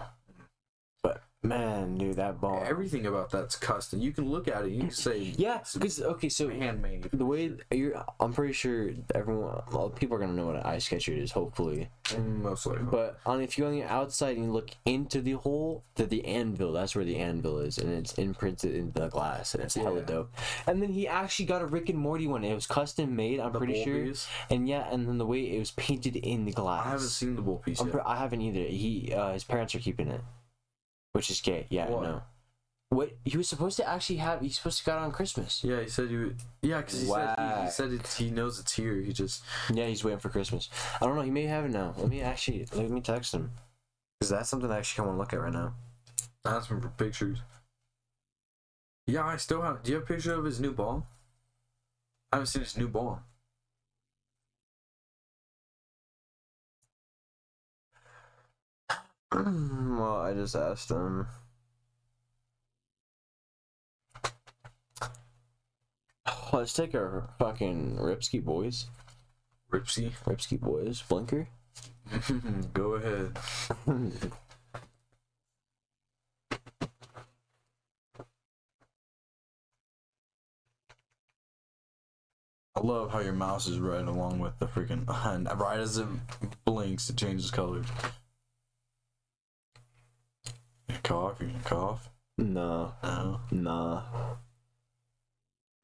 [SPEAKER 1] But man, dude, that ball.
[SPEAKER 2] Everything about that's custom. You can look at it. You can say
[SPEAKER 1] yeah,
[SPEAKER 2] it's
[SPEAKER 1] because okay, so
[SPEAKER 2] handmade.
[SPEAKER 1] the way you're, I'm pretty sure everyone, well, people are gonna know what an ice catcher is, hopefully.
[SPEAKER 2] Most likely.
[SPEAKER 1] But on if you're on the outside and you look into the hole, that the anvil, that's where the anvil is, and it's imprinted into the glass, and it's hella
[SPEAKER 2] Yeah.
[SPEAKER 1] dope. And then he actually got a Rick and Morty one. It was custom made. I'm
[SPEAKER 2] The
[SPEAKER 1] pretty
[SPEAKER 2] bowl
[SPEAKER 1] sure.
[SPEAKER 2] piece?
[SPEAKER 1] And yeah, and then the way it was painted in the glass.
[SPEAKER 2] I haven't seen the bull piece
[SPEAKER 1] I'm
[SPEAKER 2] yet.
[SPEAKER 1] pre- I haven't either. He uh, his parents are keeping it, which is gay. Yeah,
[SPEAKER 2] What?
[SPEAKER 1] I know. What he was supposed to actually have? He's supposed to got it on Christmas.
[SPEAKER 2] yeah, he said you. Yeah, because he said he, he
[SPEAKER 1] Whack.
[SPEAKER 2] said it, he knows it's here. He just
[SPEAKER 1] Yeah, he's waiting for Christmas. I don't know. He may have it now. Let me actually let me text him. Cause that's something I actually want to look at right now.
[SPEAKER 2] asked him for pictures. Yeah, I still have. Do you have a picture of his new ball? I haven't seen his new ball.
[SPEAKER 1] well, I just asked him. Let's take our fucking Ripsky boys,
[SPEAKER 2] Ripsy,
[SPEAKER 1] Ripsky boys blinker.
[SPEAKER 2] go ahead. I love how your mouse is red along with the freaking right as it blinks, it changes colors. cough? You're gonna cough?
[SPEAKER 1] Nah,
[SPEAKER 2] No.
[SPEAKER 1] nah.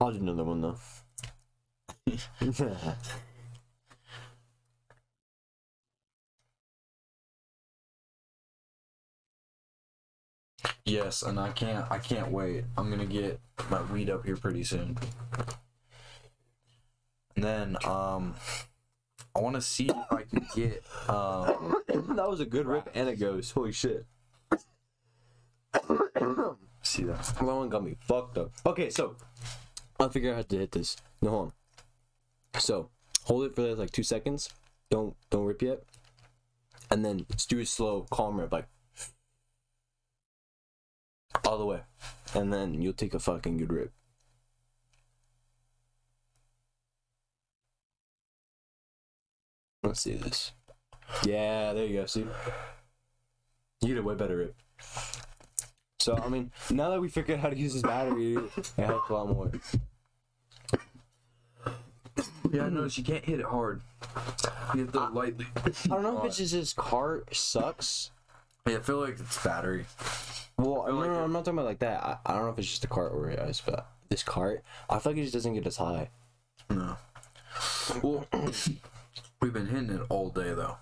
[SPEAKER 1] I'll do another one though.
[SPEAKER 2] Yes, and I can't. I can't wait. I'm gonna get my weed up here pretty soon. And then, um, I want to see if I can get. Um,
[SPEAKER 1] that was a good rip and a ghost. Holy shit.
[SPEAKER 2] see that?
[SPEAKER 1] That one got me fucked up. Okay, so I'll figure out how to hit this. No, hold on. So hold it for like two seconds. Don't don't rip yet. And then just do a slow, calm rip, like all the way. And then you'll take a fucking good rip. Let's see this. Yeah, there you go. See, you did a way better rip. So I mean, now that we figured out how to use this battery, it helped a lot more.
[SPEAKER 2] Yeah, no, she can't hit it hard.
[SPEAKER 3] You have to lightly.
[SPEAKER 1] I don't know if it's just his car sucks.
[SPEAKER 2] Yeah, I feel like it's battery.
[SPEAKER 1] Well, no, no, I'm not talking about like that. I, I don't know if it's just the cart or it is, but this cart, I feel like it just doesn't get as high.
[SPEAKER 2] No. Well, we've been hitting it all day though.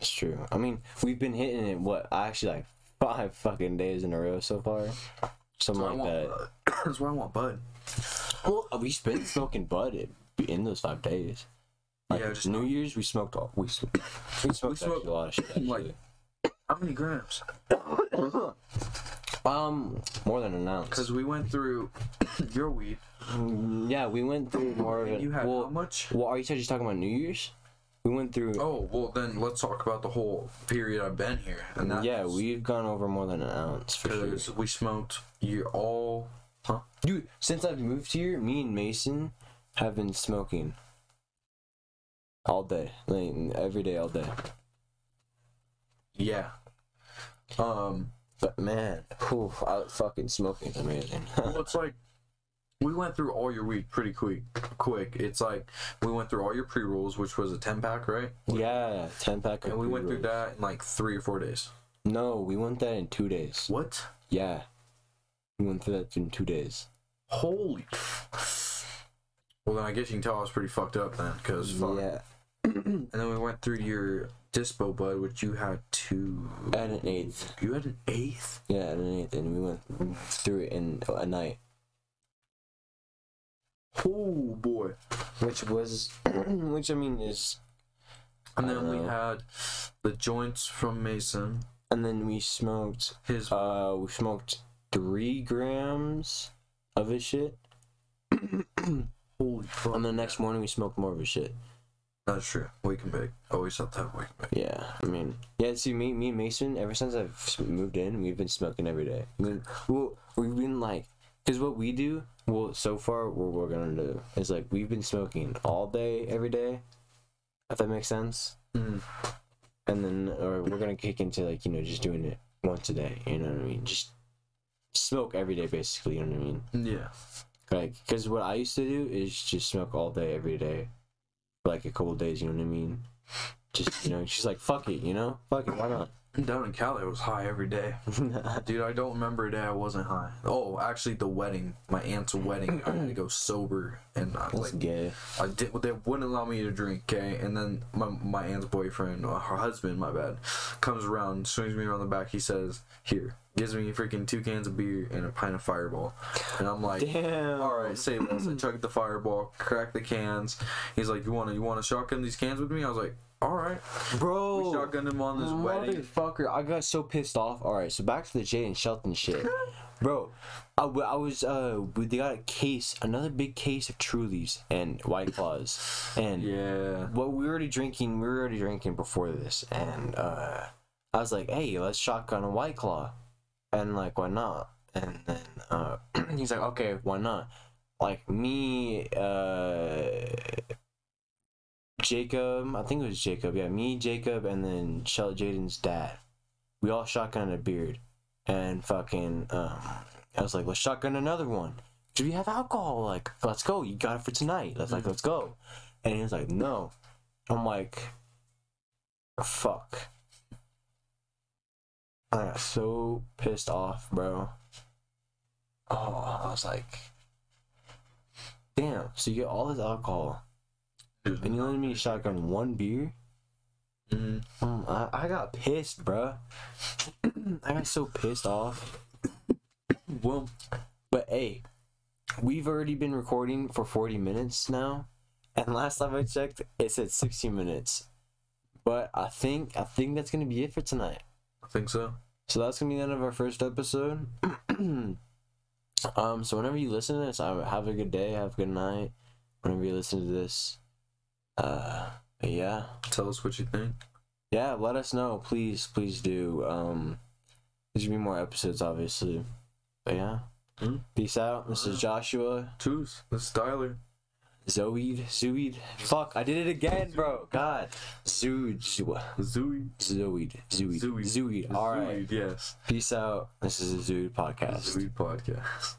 [SPEAKER 1] It's true. I mean, we've been hitting it what actually like five fucking days in a row so far, something like
[SPEAKER 2] That's why I
[SPEAKER 1] that.
[SPEAKER 2] want, that's why I want Bud.
[SPEAKER 1] Well, we spent smoking bud it- in those five days. Like,
[SPEAKER 2] Yeah, just-
[SPEAKER 1] New Year's we smoked all we, sm- we smoked,
[SPEAKER 2] smoked,
[SPEAKER 1] actually a lot of shit.
[SPEAKER 2] like- How many grams?
[SPEAKER 1] actually. um, more than an ounce.
[SPEAKER 2] Because we went through your weed.
[SPEAKER 1] Yeah, we went through more of it.
[SPEAKER 2] You had
[SPEAKER 1] well,
[SPEAKER 2] how much?
[SPEAKER 1] Well, are you just talking about New Year's? We went through.
[SPEAKER 2] Oh well, then let's talk about the whole period I've been here. And that
[SPEAKER 1] yeah, we've gone over more than an ounce for sure.
[SPEAKER 2] because we smoked you all. Huh?
[SPEAKER 1] Dude, since I've moved here, me and Mason have been smoking all day, like every day, all day.
[SPEAKER 2] Yeah. Um.
[SPEAKER 1] But man, whew, I, fucking smoking is amazing.
[SPEAKER 2] Well, it's like we went through all your weed pretty quick. Quick. It's like we went through all your pre rolls, which was a ten pack, right?
[SPEAKER 1] yeah, ten pack. of
[SPEAKER 2] And we went through
[SPEAKER 1] pre-rolls.
[SPEAKER 2] that in like three or four days.
[SPEAKER 1] No, we went that in two days.
[SPEAKER 2] What?
[SPEAKER 1] Yeah, we went through that in two days.
[SPEAKER 2] Holy. Well, then I guess you can tell I was pretty fucked up then, because fuck.
[SPEAKER 1] Yeah,
[SPEAKER 2] And then we went through your dispo bud, which you had two.
[SPEAKER 1] and an eighth.
[SPEAKER 2] You had an eighth?
[SPEAKER 1] Yeah, and an eighth, and we went through it in a night.
[SPEAKER 2] Oh boy.
[SPEAKER 1] which was which i mean is
[SPEAKER 2] And
[SPEAKER 1] I
[SPEAKER 2] then we
[SPEAKER 1] know.
[SPEAKER 2] had the joints from Mason.
[SPEAKER 1] and then we smoked
[SPEAKER 2] His
[SPEAKER 1] uh we smoked three grams of his shit
[SPEAKER 2] holy fuck.
[SPEAKER 1] and the next morning we smoked more of his shit
[SPEAKER 2] That's true. We can bake. Always have to have wake and bake.
[SPEAKER 1] yeah i mean yeah see me me and mason ever since i've s- moved in we've been smoking every day I mean, well we've been like because what we do well so far what we're gonna do is like we've been smoking all day every day if that makes sense
[SPEAKER 2] Mm.
[SPEAKER 1] and then or we're gonna kick into like you know just doing it once a day you know what i mean just smoke every day basically you know what i mean
[SPEAKER 2] Yeah.
[SPEAKER 1] like because what i used to do is just smoke all day every day for like a couple days you know what i mean just you know she's like fuck it you know fuck it why not
[SPEAKER 2] Down in Cali, I was high every day. Dude, I don't remember a day I wasn't high. Oh, actually, the wedding, my aunt's wedding, I had to go sober, and I,
[SPEAKER 1] that's
[SPEAKER 2] like
[SPEAKER 1] gay
[SPEAKER 2] I did, they wouldn't allow me to drink. Okay, and then my my aunt's boyfriend, or her husband, my bad, comes around, swings me around the back. He says, "Here," gives me freaking two cans of beer and a pint of Fireball, and I'm like,
[SPEAKER 1] damn
[SPEAKER 2] all right, say less. I chugged the fireball, cracked the cans. He's like, you wanna you wanna shotgun these cans with me? I was like, all right. We
[SPEAKER 1] bro
[SPEAKER 2] shotgunned him on this wedding.
[SPEAKER 1] Motherfucker, I got so pissed off. All right, so back to the Jay and Shelton shit, bro. I, w- I was uh, we- they got a case, another big case of Trulies and White Claws, and
[SPEAKER 2] Yeah.
[SPEAKER 1] what we were already drinking, we were already drinking before this, and uh, I was like, hey, let's shotgun a White Claw, and like, why not? And then uh, he's like, okay, why not? Like me, uh, Jacob, I think it was Jacob. Yeah, me, Jacob, and then Shell Jaden's dad. We all shotgunned a beard, and fucking. Um, I was like, let's shotgun another one. Do we have alcohol? Like, let's go. You got it for tonight. Let's like, let's go. And he was like, no. I'm like, fuck. I got so pissed off, bro. Oh, I was like, damn. So you get all this alcohol,
[SPEAKER 2] Mm-hmm.
[SPEAKER 1] and you only need to shotgun one beer.
[SPEAKER 2] Mhm.
[SPEAKER 1] Mm, I, I got pissed, bro. I got so pissed off. well, but hey, we've already been recording for 40 minutes now, and last time I checked, it said 60 minutes. But I think I think that's gonna be it for tonight.
[SPEAKER 2] I think so.
[SPEAKER 1] So that's gonna be the end of our first episode. um, so whenever you listen to this, I have a good day, have a good night. Whenever you listen to this, uh, but yeah,
[SPEAKER 2] Tell us what you think.
[SPEAKER 1] yeah, let us know, please, please do. Um, there should be more episodes, obviously. But yeah,
[SPEAKER 2] Mm.
[SPEAKER 1] peace out. This is Joshua
[SPEAKER 2] Tooth. This is Tyler.
[SPEAKER 1] Zoid Zoid. Fuck, I did it again, bro. God, Zoid Zoid
[SPEAKER 2] Zooey.
[SPEAKER 1] Zoid Zoid
[SPEAKER 2] Zoid.
[SPEAKER 1] Zoid. All right,
[SPEAKER 2] Zooey, Yes.
[SPEAKER 1] peace out. This is the Zoid podcast.
[SPEAKER 2] Zooey podcast.